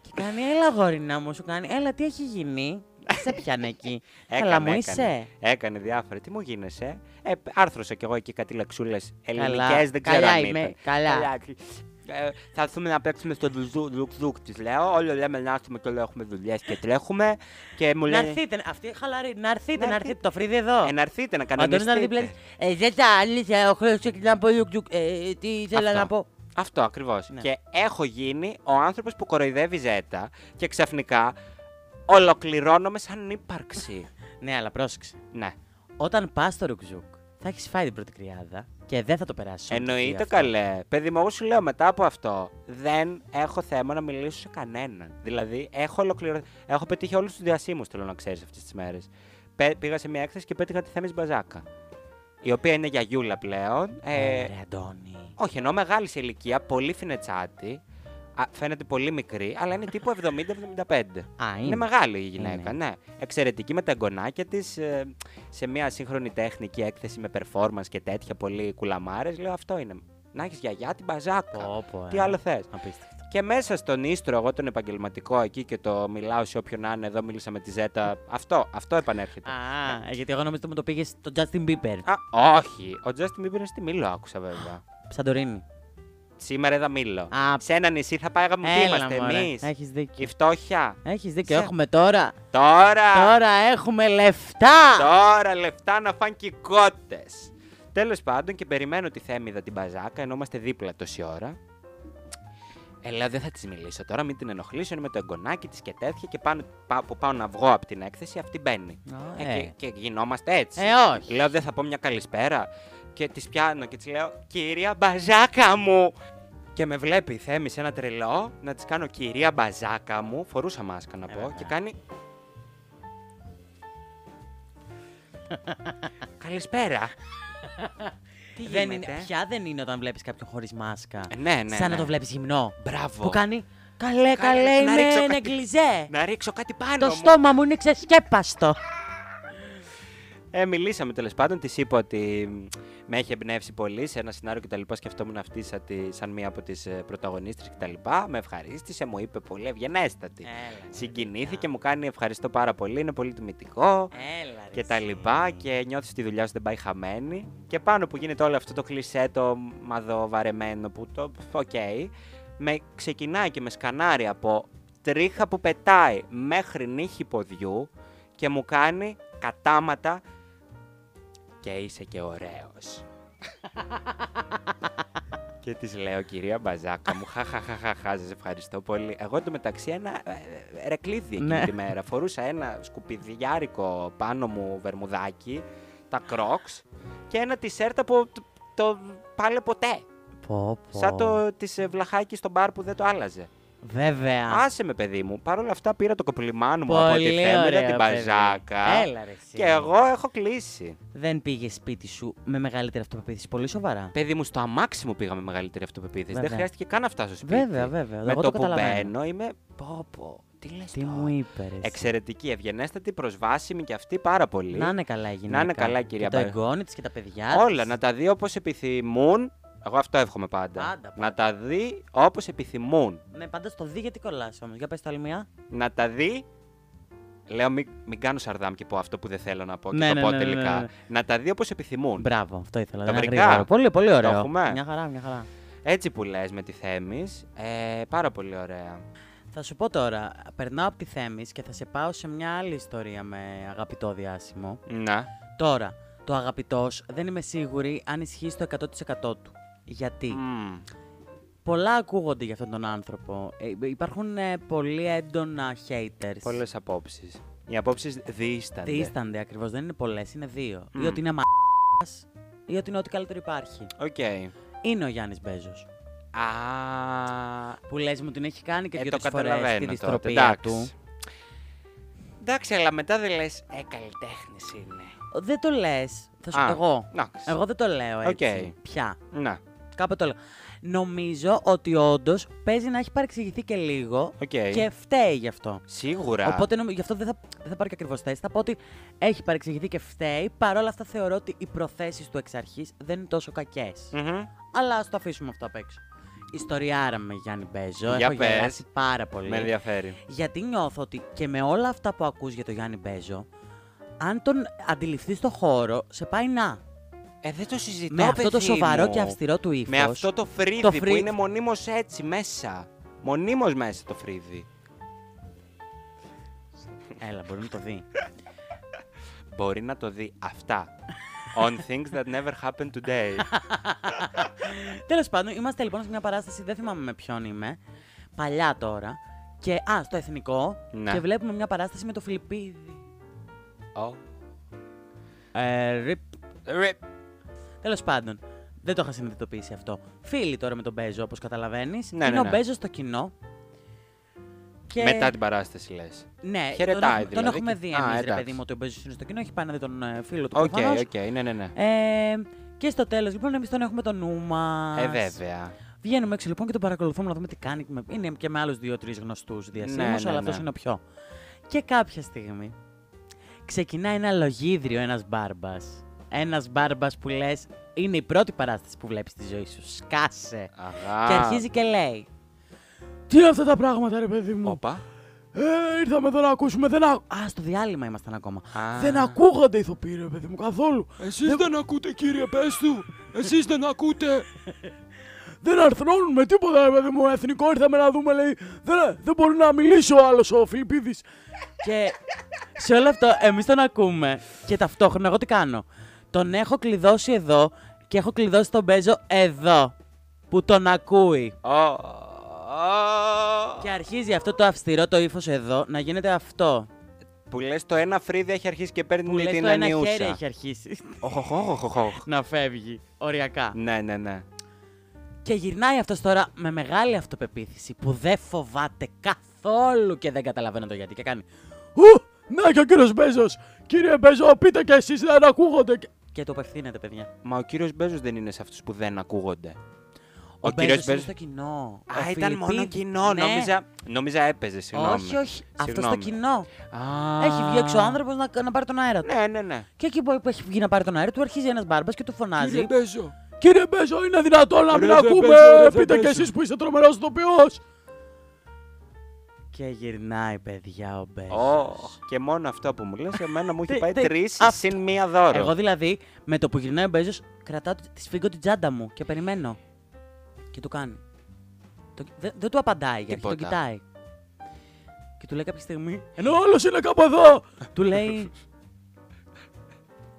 S2: και κάνει, έλα, γορίνα μου, σου κάνει, έλα, τι έχει γίνει. σε πιάνε εκεί. Καλά μου είσαι.
S1: Έκανε διάφορα. Τι μου γίνεσαι. Ε, άρθρωσα κι εγώ εκεί κάτι λεξούλες ελληνικέ.
S2: Καλά.
S1: Δεν ξέρω
S2: Καλά
S1: αν
S2: είμαι.
S1: ήταν.
S2: Καλά.
S1: τι- Ε, θα έρθουμε να παίξουμε στο δουκ-δουκ τη λέω. Όλοι λέμε να έρθουμε και όλοι έχουμε δουλειές και τρέχουμε. Και μου
S2: Να
S1: λένε.
S2: έρθετε, αυτή χαλαρή, να έρθετε,
S1: Να έρθετε.
S2: να έρθετε, το φρύδι εδώ.
S1: Ε, να έρθετε να
S2: Ο Αντώνης να έρθει
S1: κανονιστείτε.
S2: πλέον. Ε, δεν τα αλήθεια, ο χρέος ξεκινά να πω γιουκ, γιουκ, ε, Τι ήθελα
S1: Αυτό.
S2: να πω.
S1: Αυτό ακριβώς.
S2: Ναι.
S1: Και έχω γίνει ο άνθρωπος που κοροϊδεύει ζέτα και ξαφνικά ολοκληρώνομαι σαν ύπαρξη.
S2: Ναι, αλλά πρόσεξε.
S1: ναι.
S2: Όταν πας στο ρουκζουκ, θα έχεις φάει την πρώτη κρυάδα και δεν θα το περάσεις.
S1: Εννοείται καλέ. Παιδί μου, εγώ σου λέω μετά από αυτό. Δεν έχω θέμα να μιλήσω σε κανέναν. Δηλαδή, έχω ολοκληρωθεί. Έχω πετύχει όλους τους διασύμου, θέλω να ξέρεις αυτές τις μέρες. Πήγα σε μια έκθεση και πέτυχα τη Θέμης Μπαζάκα. Η οποία είναι γιαγιούλα πλέον. Ε,
S2: Ε, ρε, Αντώνη.
S1: όχι, ενώ μεγάλη σε ηλικία, πολύ φινετσάτη. Α, φαίνεται πολύ μικρή, αλλά είναι τύπου 70-75.
S2: Α,
S1: Είναι
S2: είναι.
S1: μεγάλη η γυναίκα,
S2: Είναι.
S1: ναι. Εξαιρετική με τα εγγονάκια της, σε μια σύγχρονη τέχνικη έκθεση με performance και τέτοια, πολύ κουλαμάρες. Λέω αυτό είναι. Να έχεις γιαγιά την μπαζάκα.
S2: Πω, πω,
S1: Τι
S2: ε.
S1: άλλο θες.
S2: Απίστευτο.
S1: Και μέσα στον ίστρο, εγώ τον επαγγελματικό εκεί και το μιλάω σε όποιον να είναι, εδώ μίλησα με τη Ζέτα. Αυτό, αυτό επανέρχεται.
S2: Α, Ε, γιατί εγώ νομίζω ότι μου το πήγες στο Justin Bieber.
S1: Α, όχι. Ο Justin Bieber είναι στη Μήλο, άκουσα βέβαια.
S2: Σαντορίνη.
S1: Σήμερα είδα Μήλο.
S2: Α,
S1: Σε ένα νησί θα πάγαμε που είμαστε εμείς.
S2: Έχεις
S1: Η
S2: δίκιο.
S1: φτώχεια.
S2: Έχεις δίκιο.
S1: Σε-
S2: Έχουμε τώρα.
S1: Τώρα.
S2: Τώρα έχουμε λεφτά.
S1: Τώρα λεφτά να φαν κότες. Τέλος πάντων και περιμένω τη Θέμηδα την Μπαζάκα, ενώ είμαστε δίπλα τόση ώρα. Ελά, δεν θα της μιλήσω τώρα, μην την ενοχλήσω. Είναι με το εγγονάκι της και τέτοια. Και πάνω, πα- που πάω να βγω από την έκθεση, αυτή μπαίνει.
S2: Ω,
S1: Ε,
S2: ε.
S1: και, και γινόμαστε έτσι.
S2: Ε, όχι.
S1: Λέω, δεν θα πω μια καλησπέρα. Και τη πιάνω και τη λέω, Κυρία Μπαζάκα μου! Και με βλέπει η Θέμη σε ένα τρελό να της κάνω κυρία μπαζάκα μου. Φορούσα μάσκα να
S2: Ε,
S1: πω.
S2: βέβαια.
S1: και κάνει. Καλησπέρα. Τι
S2: Δεν
S1: γίνεται?
S2: είναι, πια δεν είναι όταν βλέπεις κάποιον χωρίς μάσκα.
S1: Ε, Ναι, ναι.
S2: σαν
S1: ναι.
S2: να το βλέπεις γυμνό.
S1: Μπράβο.
S2: Που κάνει. Καλέ,
S1: Καλέ,
S2: καλέ,
S1: να
S2: είμαι
S1: ρίξω
S2: ένα
S1: κάτι.
S2: γκλιζέ.
S1: Να ρίξω κάτι πάνω.
S2: Το
S1: μου.
S2: στόμα μου είναι ξεσκέπαστο.
S1: Ε, μιλήσαμε τέλος πάντων. Της είπα ότι μ, με έχει εμπνεύσει πολύ σε ένα σενάριο κτλ. Σκεφτόμουν αυτή σαν, τη- σαν μία από ε, τι πρωταγωνίστρες κτλ. Με ευχαρίστησε, μου είπε πολύ ευγενέστατη.
S2: Ε,
S1: Συγκινήθηκε, μου κάνει ευχαριστώ πάρα πολύ, είναι πολύ τιμητικό
S2: Έλα,
S1: και τα λοιπά και νιώθεις ότι η δουλειά σου δεν πάει χαμένη και πάνω που γίνεται όλο αυτό το κλισέ το μαδοβαρεμένο που το οκ με ξεκινάει και με σκανάρει από τρίχα που πετάει μέχρι νύχη ποδιού και μου κάνει κατάματα και είσαι και ωραίος. και της λέω, κυρία Μπαζάκα μου, χαχαχαχαχα, σας ευχαριστώ πολύ. Εγώ εντωμεταξύ ένα ε, ε, ρεκλίδι εκείνη
S2: Ναι.
S1: τη μέρα. Φορούσα ένα σκουπιδιάρικο πάνω μου βερμουδάκι τα Crocs και ένα t-shirt από το, το πάλε ποτέ.
S2: Πω, πω.
S1: Σαν το της ε, Βλαχάκης στο μπαρ που δεν το άλλαζε.
S2: Βέβαια.
S1: Άσε με, παιδί μου. Παρ' όλα αυτά πήρα το κοπλιμάν μου από τη Θέμηρα,
S2: ωραίο,
S1: την
S2: παιδί.
S1: Παζάκα.
S2: Έλα ρε εσύ.
S1: Και εγώ έχω κλείσει.
S2: Δεν πήγε σπίτι σου με μεγαλύτερη αυτοπεποίθηση. Πολύ σοβαρά.
S1: Παιδί μου, στο αμάξι μου πήγα με μεγαλύτερη αυτοπεποίθηση. Δεν
S2: Βέβαια.
S1: χρειάστηκε καν να φτάσω σπίτι.
S2: Βέβαια, βέβαια.
S1: Με
S2: εγώ
S1: το
S2: το
S1: που
S2: καταλαβαίνω.
S1: μπαίνω είμαι. Πω, πω. Τι λες
S2: Τι μου είπες. Ρε, εσύ.
S1: Εξαιρετική, ευγενέστατη, προσβάσιμη και αυτή πάρα πολύ.
S2: Να είναι καλά η γυναίκα.
S1: είναι καλά η κυρία
S2: Και το
S1: Μπα-
S2: εγγόνι της και τα παιδιά της.
S1: Όλα να τα δει όπως επιθυμούν. Εγώ αυτό εύχομαι πάντα.
S2: Πάντα, πάντα.
S1: Να τα δει όπως επιθυμούν.
S2: Ναι, πάντα στο δει γιατί κολλάς όμως. Για πες το άλλη μία.
S1: Να τα δει. Λέω, μην, μην κάνω σαρδάμ και πω αυτό που δεν θέλω να πω και
S2: Ναι,
S1: το
S2: ναι,
S1: πω
S2: ναι, ναι, ναι,
S1: τελικά.
S2: ναι.
S1: Να τα δει όπως επιθυμούν.
S2: Μπράβο, αυτό ήθελα.
S1: Τα
S2: ένα
S1: βρικά.
S2: γρήγορο. Πολύ, πολύ ωραίο.
S1: έχουμε.
S2: Μια χαρά, μια χαρά.
S1: Έτσι που λες με τη θέμης. Ε, πάρα πολύ ωραία.
S2: Θα σου πω τώρα, περνάω από τη Θέμης και θα σε πάω σε μια άλλη ιστορία με αγαπητό διάσημο.
S1: Να.
S2: Τώρα, το αγαπητός δεν είμαι σίγουρη αν ισχύει στο 100% του. Γιατί
S1: Μμμ.
S2: πολλά ακούγονται για αυτόν τον άνθρωπο. Ε, υπάρχουν ε, πολύ έντονα haters.
S1: Πολλές απόψεις. Οι απόψεις διήστανται.
S2: Δίστανται ακριβώς, δεν είναι πολλές, είναι δύο.
S1: Μμ.
S2: Ή ότι είναι μα ή ότι είναι ό,τι καλύτερο υπάρχει.
S1: Οκ.
S2: Είναι ο Γιάννης Μπέζος.
S1: Α.
S2: Που λες μου την έχει κάνει και
S1: Ε,
S2: δύο
S1: το
S2: τρεις φορές τη
S1: καταλαβαίνω τότε.
S2: δυστροπία του.
S1: Εντάξει. Εντάξει, αλλά μετά δεν λες. Ε, καλλιτέχνης είναι.
S2: Δεν το λες. Θα σου
S1: Α,
S2: πω εγώ.
S1: εντάξει. Ναι,
S2: Εγώ δεν το λέω έτσι.
S1: Οκ.
S2: Πια.
S1: Να.
S2: Κάπου το λέω. Νομίζω ότι όντως παίζει να έχει παρεξηγηθεί και λίγο
S1: Οκ.
S2: και φταίει γι' αυτό.
S1: Σίγουρα.
S2: Οπότε νομι- γι' αυτό δεν θα, δεν θα πάρω και ακριβώς θέση. Θα πω ότι έχει παρεξηγηθεί και φταίει. Παρ' όλα αυτά θεωρώ ότι οι προθέσεις του εξ αρχής δεν είναι τόσο κακές.
S1: Μμμ.
S2: Αλλά ας το αφήσουμε αυτό απ' έξω. Ιστοριάρα με Γιάννη Μπέζο.
S1: Για
S2: Έχω
S1: πες.
S2: γελάσει πάρα πολύ.
S1: Με ενδιαφέρει.
S2: Γιατί νιώθω ότι και με όλα αυτά που ακούς για τον Γιάννη Μπέζο, αν τον αντιληφθείς στο χώρο, σε πάει να.
S1: Ε, δεν το συζητώ.
S2: με αυτό το
S1: παιδί
S2: σοβαρό
S1: μου.
S2: και αυστηρό του ύφος.
S1: Με αυτό το φρύδι,
S2: Το
S1: που
S2: φρύδι.
S1: είναι μονίμως έτσι μέσα. Μονίμως μέσα το φρύδι.
S2: Έλα, μπορεί να το δει.
S1: Μπορεί να το δει αυτά. On things that never happened today.
S2: Τέλος πάντων, είμαστε λοιπόν σε μια παράσταση, δεν θυμάμαι με ποιον είμαι, παλιά τώρα, και α, στο εθνικό,
S1: Ναι.
S2: και βλέπουμε μια παράσταση με το Φιλιππίδη.
S1: oh.
S2: Ε, ρίπ.
S1: Rip.
S2: Τέλος πάντων, δεν το είχα συνειδητοποιήσει αυτό. Φίλοι τώρα με τον Μπέζο, όπως καταλαβαίνεις.
S1: Ναι,
S2: είναι
S1: ναι,
S2: ο
S1: ναι.
S2: Μπέζος στο κοινό. Και...
S1: Μετά την παράσταση λες.
S2: Ναι,
S1: Χαιρετάει
S2: τον, έχουμε-
S1: δηλαδή
S2: τον έχουμε
S1: και-
S2: δει
S1: Α,
S2: εμείς, ρε
S1: εντάξει.
S2: παιδί μου, ότι ο Μπέζος είναι στο κοινό, έχει πάει να δει τον ε, φίλο του
S1: Οκ,
S2: προφανώς.
S1: οκ, ναι, ναι, ναι.
S2: Ε, και στο τέλος, λοιπόν, εμείς τον έχουμε το νου μας.
S1: Ε, βέβαια.
S2: Βγαίνουμε έξω λοιπόν και τον παρακολουθούμε να δούμε τι κάνει. με- Είναι και με άλλους δύο-τρεις γνωστούς διασύμους,
S1: Ναι, ναι,
S2: αλλά
S1: ναι.
S2: αυτός είναι ο πιο. Και κάποια στιγμή ξεκινάει ένα λογίδριο ένας μπάρμπας. Ένας μπάρμπας που λες, είναι η πρώτη παράσταση που βλέπεις στη ζωή σου. Σκάσε.
S1: Αγα.
S2: Και αρχίζει και λέει. Τι είναι αυτά τα πράγματα, ρε παιδί μου.
S1: Όπα.
S2: Ε, ήρθαμε εδώ να ακούσουμε. Δεν α... α, στο διάλειμμα ήμασταν ακόμα.
S1: Α.
S2: Δεν ακούγονται ηθοποιοί, ρε παιδί μου, καθόλου.
S1: Εσείς δεν ακούτε κύριε, πες του! Εσείς δεν ακούτε!
S2: Δεν αρθρώνουν με τίποτα, ρε παιδί μου. Εθνικό ήρθαμε να δούμε, λέει. Δεν, δεν μπορεί να μιλήσει ο άλλος ο Φιλιππίδης. και σε όλο αυτό, εμείς τον ακούμε. Και ταυτόχρονα, εγώ τι κάνω. Τον έχω κλειδώσει εδώ και έχω κλειδώσει τον Μπέζο εδώ. Που τον ακούει. Και αρχίζει αυτό το αυστηρό το ύφος εδώ να γίνεται αυτό.
S1: Που λες το ένα φρύδι έχει αρχίσει και
S2: Που
S1: παίρνει
S2: λες
S1: την
S2: το ένα χέρι
S1: ανιούσα.
S2: έχει αρχίσει
S1: Οχ, οχ, οχ, οχ, οχ.
S2: να φεύγει. Οριακά.
S1: Ναι, ναι, ναι.
S2: Και γυρνάει αυτός τώρα με μεγάλη αυτοπεποίθηση που δεν φοβάται καθόλου και δεν καταλαβαίνω το γιατί. Και κάνει. Ου! Να Ναι, και ο κύριος Μπέζος! Κύριε Μπέζο, πείτε κι εσεί δεν ακούγονται. Και, και το απευθύνεται, παιδιά.
S1: Μα ο κύριος Μπέζος δεν είναι σε αυτούς που δεν ακούγονται.
S2: Ο, ο
S1: κύριος
S2: Μπέζο είναι στο κοινό.
S1: Α,
S2: Ο
S1: ήταν μόνο
S2: Φιλιππίδη-
S1: κοινό.
S2: Ναι.
S1: Νόμιζα, νόμιζα έπαιζε, συγγνώμη.
S2: Όχι, όχι. Αυτό στο
S1: Συγγνώμη.
S2: κοινό.
S1: Α.
S2: Έχει βγει έξω ο άνθρωπος να, να πάρει τον αέρα του.
S1: Ναι, ναι, ναι.
S2: Και εκεί που που έχει βγει να πάρει τον αέρα του, αρχίζει ένας μπάρμπας και του φωνάζει.
S1: Μπέζο.
S2: Κύριε Μπέζο, είναι δυνατόν να
S1: Ρε, δεν παίζω, ρε, δεν παίζω.
S2: που είστε τρομερός ηθοποιός. Και γυρνάει, παιδιά, ο Μπέζο.
S1: και μόνο αυτό που μου λες, εμένα μου
S2: Τε-
S1: έχει πάει
S2: τε-
S1: τρεις
S2: αυτό.
S1: συν μία δώρο.
S2: Εγώ δηλαδή, με το που γυρνάει ο Μπέζο, κρατάω τη τη σφίγγω την τσάντα μου και περιμένω. Και του κάνει. Το- δε- Δεν του απαντάει γιατί τον
S1: Τίποτα.
S2: κοιτάει. Και του λέει κάποια στιγμή. Ενώ όλος είναι κάπου εδώ! του λέει.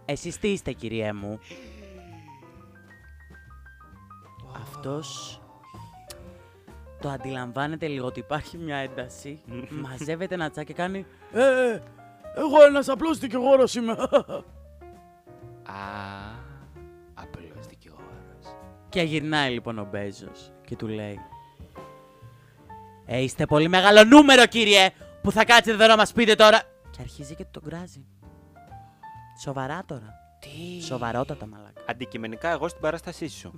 S2: Εσείς τι είστε, κυριέ μου. Αυτός το αντιλαμβάνεται λίγο ότι υπάρχει μια ένταση. μαζεύεται ένα ε, τσάκι και κάνει. Ε, εγώ ένας απλός δικηγόρος είμαι.
S1: Α,
S2: Και γυρνάει λοιπόν ο Μπέζος και του λέει. Ε, είστε πολύ μεγάλο νούμερο, κύριε, που θα κάτσετε εδώ να μας πείτε τώρα. Και αρχίζει και τον κράζει. Σοβαρά τώρα.
S1: Τι.
S2: Σοβαρότατα, μαλάκα.
S1: Αντικειμενικά εγώ στην παράστασή σου.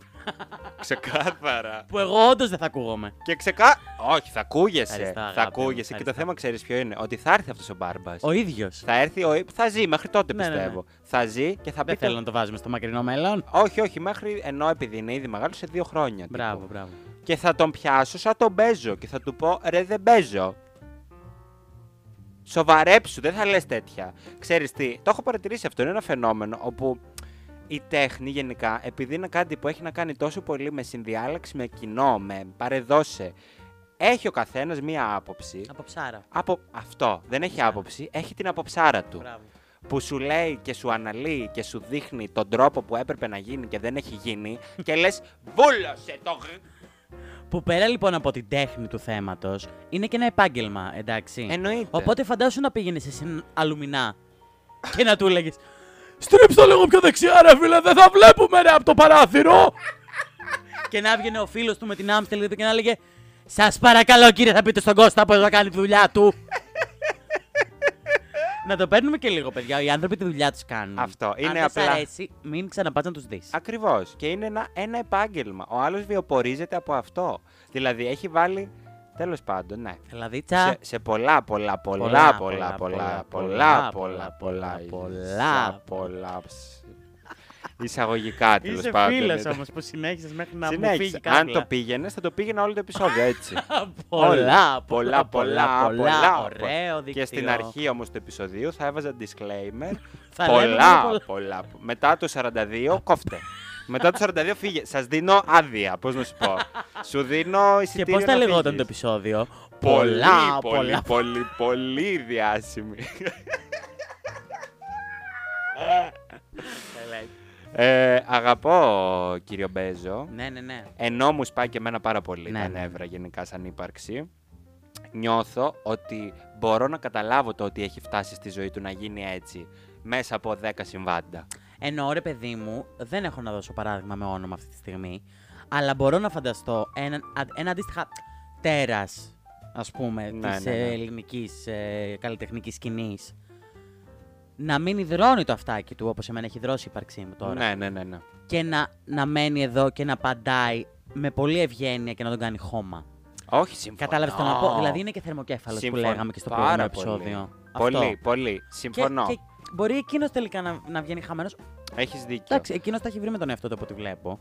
S1: Ξεκάθαρα.
S2: Που εγώ όντως δεν θα ακούγομαι.
S1: Και ξεκά. Όχι, θα ακούγεσαι.
S2: Ευχαριστώ,
S1: Θα
S2: αγάπη μου,
S1: ακούγεσαι. Και το
S2: ευχαριστώ.
S1: θέμα ξέρεις ποιο είναι. Ότι θα έρθει αυτός ο μπάρμπας.
S2: Ο ίδιος.
S1: Θα έρθει. Ο... Θα ζει μέχρι τότε
S2: Ναι, ναι, ναι.
S1: πιστεύω. Θα ζει και θα πει.
S2: Δεν θέλω να το βάζουμε στο μακρινό μέλλον.
S1: Όχι, όχι, μέχρι ενώ επειδή είναι ήδη μεγάλος σε δύο χρόνια. τύπου.
S2: Μπράβο, μπράβο.
S1: Και θα τον πιάσω σαν τον παίζω και θα του πω ρε δεν παίζω. Σοβαρέψου, δεν θα λες τέτοια. Ξέρεις τι, το έχω παρατηρήσει αυτό, είναι ένα φαινόμενο όπου η τέχνη γενικά, επειδή είναι κάτι που έχει να κάνει τόσο πολύ με συνδιάλεξη, με κοινό, με παρεδώσε, έχει ο καθένας μία άποψη.
S2: Από ψάρα.
S1: Από αυτό, δεν έχει άποψη, έχει την αποψάρα του
S2: Μπράβο.
S1: που σου λέει και σου αναλύει και σου δείχνει τον τρόπο που έπρεπε να γίνει και δεν έχει γίνει και λες βούλωσε το γ...
S2: Που πέρα λοιπόν από την τέχνη του θέματος, είναι και ένα επάγγελμα, εντάξει.
S1: Εννοείται.
S2: Οπότε φαντάσου να πήγαινες σε έναν αλουμινά και να του έλεγες. Στρίψτε λίγο πιο δεξιά, ρε φίλε, δεν θα βλέπουμε ρε από το παράθυρο! και να έβγαινε ο φίλος του με την άμστελ του και να έλεγε Σας παρακαλώ κύριε, θα πείτε στον Κώστα πώ να κάνει τη δουλειά του. να το παίρνουμε και λίγο, παιδιά. Οι άνθρωποι τη δουλειά τους κάνουν.
S1: Αυτό.
S2: Αν
S1: Είναι
S2: δεν σ'
S1: απλά-
S2: αρέσει, μην ξαναπάς να τους δεις.
S1: Ακριβώς. Και είναι ένα, ένα επάγγελμα. Ο άλλος βιοπορίζεται από αυτό. Δηλαδή έχει βάλει, τέλος πάντων, ναι.
S2: Δηλαδή, τσα.
S1: Σε, σε πολλά, πολλά, πολλά, πολλά, πολλά, πολλά, πολλά, πολλά, πολλά, πολλά, ψ. Εισαγωγικά τέλος
S2: Είσαι
S1: πάντων.
S2: φίλος
S1: ήταν.
S2: όμως που συνέχισες μέχρι να μου φύγει
S1: Συνέχισε.
S2: κάτι.
S1: Αν το πήγαινες, θα το πήγαινα όλο το επεισόδιο έτσι.
S2: Πολλά,
S1: πολλά, πολλά, πολλά.
S2: Ωραίο δίκτυο.
S1: Και στην αρχή όμως του επεισοδίου θα έβαζα disclaimer.
S2: Θα λέμε
S1: πολλά,
S2: πολλά.
S1: πολλά. Μετά το 42, κόφτε. Μετά το 42 φύγε. Σας δίνω άδεια. Πώς να σου πω. Σου δίνω
S2: Και
S1: εισιτήριο.
S2: πώ τα
S1: να
S2: λεγόταν
S1: φύγεις.
S2: το επεισόδιο.
S1: Πολλά,
S2: Πολλά,
S1: πολύ,
S2: πολλά.
S1: πολύ, πολύ διάσημη. Ε, αγαπώ, κύριο Μπέζο.
S2: Ναι, ναι, ναι.
S1: Ενώ μου σπάει και εμένα πάρα πολύ
S2: Ναι,
S1: τα
S2: ναι.
S1: νεύρα γενικά σαν ύπαρξη, νιώθω ότι μπορώ να καταλάβω το ότι έχει φτάσει στη ζωή του να γίνει έτσι μέσα από 10 συμβάντα.
S2: Εννοώ ρε παιδί μου, δεν έχω να δώσω παράδειγμα με όνομα αυτή τη στιγμή, αλλά μπορώ να φανταστώ έναν- α- ένα, αντίστοιχα τέρας, ας
S1: Ναι,
S2: πούμε, της
S1: ναι, ναι.
S2: ε, ελληνικής ε, καλλιτεχνικής σκηνής, να μην υδρώνει το αυτάκι του όπως εμένα έχει δρώσει η ύπαρξή μου τώρα.
S1: Ναι, ναι, ναι. ναι.
S2: Και να, να μένει εδώ και να απαντάει με πολλή ευγένεια και να τον κάνει χώμα.
S1: Όχι, συμφωνώ.
S2: Κατάλαβες το να πω. Δηλαδή είναι και θερμοκέφαλος που
S1: Συμφωνώ
S2: λέγαμε και στο
S1: πάρα
S2: πρώτο
S1: πολύ.
S2: επεισόδιο.
S1: Πολύ,
S2: Αυτό.
S1: πολύ. Συμφωνώ.
S2: Και, και μπορεί εκείνος τελικά να, να βγαίνει χαμένος.
S1: Έχεις δίκιο.
S2: Εντάξει, εκείνος τα έχει βρει με τον εαυτό του από ό,τι βλέπω.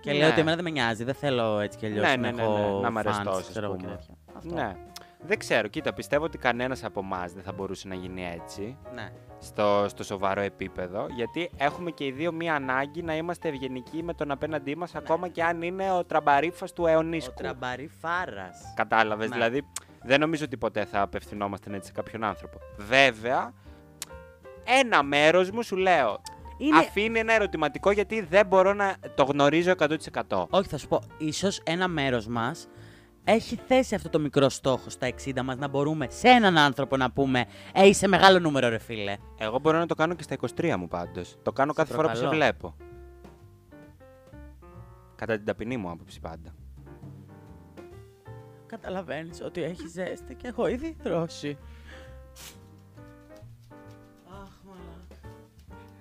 S2: Και
S1: Ναι.
S2: λέει ότι εμένα δεν με νοιάζει, δεν θέλω έτσι κι αλλιώς
S1: Ναι, ναι, ναι,
S2: έχω
S1: ναι, να μ'
S2: fans,
S1: αρεστώσεις,
S2: ξέρω εγώ,
S1: ας
S2: και
S1: πούμε.
S2: τέτοια. Αυτό.
S1: Ναι. Δεν ξέρω, κοίτα, πιστεύω ότι κανένας από εμάς δεν θα μπορούσε να γίνει έτσι.
S2: Ναι.
S1: στο, στο σοβαρό επίπεδο, γιατί έχουμε και οι δύο μία ανάγκη να είμαστε ευγενικοί με τον απέναντί μας, ακόμα και αν είναι ο τραμπαρίφας του
S2: Ναι. Ο
S1: αιωνίσκου.
S2: τραμπαρή φάρα.
S1: Κατάλαβες,
S2: Ναι.
S1: δηλαδή δεν νομίζω ότι ποτέ θα απευθυνόμαστε έτσι σε κάποιον άνθρωπο. Βέβαια, ένα μέρος μου σου λέω,
S2: Είναι...
S1: αφήνει ένα ερωτηματικό γιατί δεν μπορώ να το γνωρίζω 100%.
S2: Όχι, θα σου πω, ίσως ένα μέρος μας έχει θέσει αυτό το μικρό στόχο στα 60 μας να μπορούμε σε έναν άνθρωπο να πούμε Ε, είσαι μεγάλο νούμερο, ρε φίλε.
S1: Εγώ μπορώ να το κάνω και στα 23 μου πάντως. Το κάνω
S2: Σε
S1: κάθε φορά που σε
S2: προκαλώ.
S1: βλέπω. Κατά την ταπεινή μου άποψη πάντα.
S2: Καταλαβαίνεις ότι έχει ζέστη και έχω ήδη δρώσει. Αχ, μαλάκα.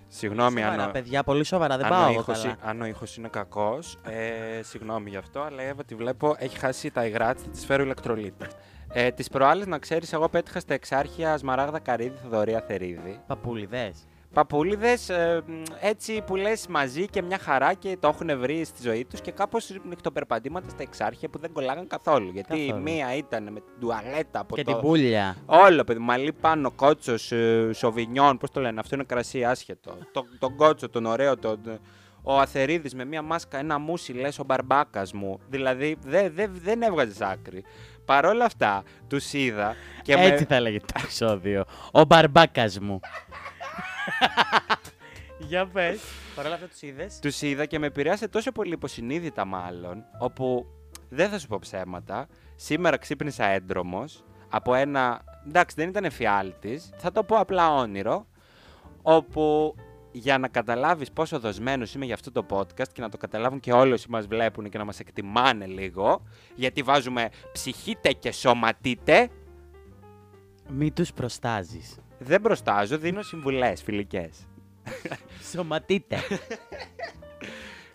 S1: Συγγνώμη αν...
S2: Σοβαρά,
S1: ο-
S2: παιδιά, πολύ σοβαρά, δεν
S1: Αν
S2: πάω
S1: ο
S2: εγώ
S1: ήχος
S2: καλά.
S1: ε- αν ο ήχος είναι κακός, ε, συγγνώμη γι' αυτό, αλλά η Εύα τη βλέπω, έχει χάσει τα υγρά της, θα της φέρω ηλεκτρολίτα. Ε, τις προάλλες, να ξέρεις, εγώ πέτυχα στα εξάρχεια Σμαράγδα Καρύδη, Θοδωρία Θερίδη.
S2: Παπούλιδες.
S1: Παπούλιδες, ε, μ, έτσι που λες μαζί και μια χαρά και το έχουν βρει στη ζωή τους και κάπως νυχτοπερπατήματα στα εξάρχεια που δεν κολλάγαν καθόλου. Γιατί η
S2: Καθόλου.
S1: μία ήταν με την τουαλέτα από
S2: Και
S1: το...
S2: την πουλια.
S1: Όλο, παιδί. Μαλλί πάνω, κότσος, σοβινιόν, πώς το λένε. Αυτό είναι κρασί, άσχετο. Το, τον κότσο, τον ωραίο, τον. Ο Αθερίδης με μία μάσκα, ένα μουσι, λες ο μπαρμπάκας μου. Δηλαδή δε, δε, δεν έβγαζες άκρη. Παρ' όλα αυτά, τους είδα και
S2: Έτσι
S1: με.
S2: θα έλεγε το επεισόδιο. Ο μπαρμπάκας μου. Για πες. Παρ' όλα αυτά τους είδες.
S1: Τους είδα και με επηρέασε τόσο πολύ υποσυνείδητα μάλλον, όπου δεν θα σου πω ψέματα, σήμερα ξύπνησα έντρομος από ένα, εντάξει δεν ήταν εφιάλτης, θα το πω απλά όνειρο, όπου για να καταλάβεις πόσο δοσμένος είμαι για αυτό το podcast και να το καταλάβουν και όλοι όσοι μας βλέπουν και να μας εκτιμάνε λίγο, γιατί βάζουμε ψυχείτε και σωματείτε,
S2: Μη τους προστάζεις.
S1: δεν προστάζω, δίνω συμβουλές φιλικές.
S2: Σωματείτε.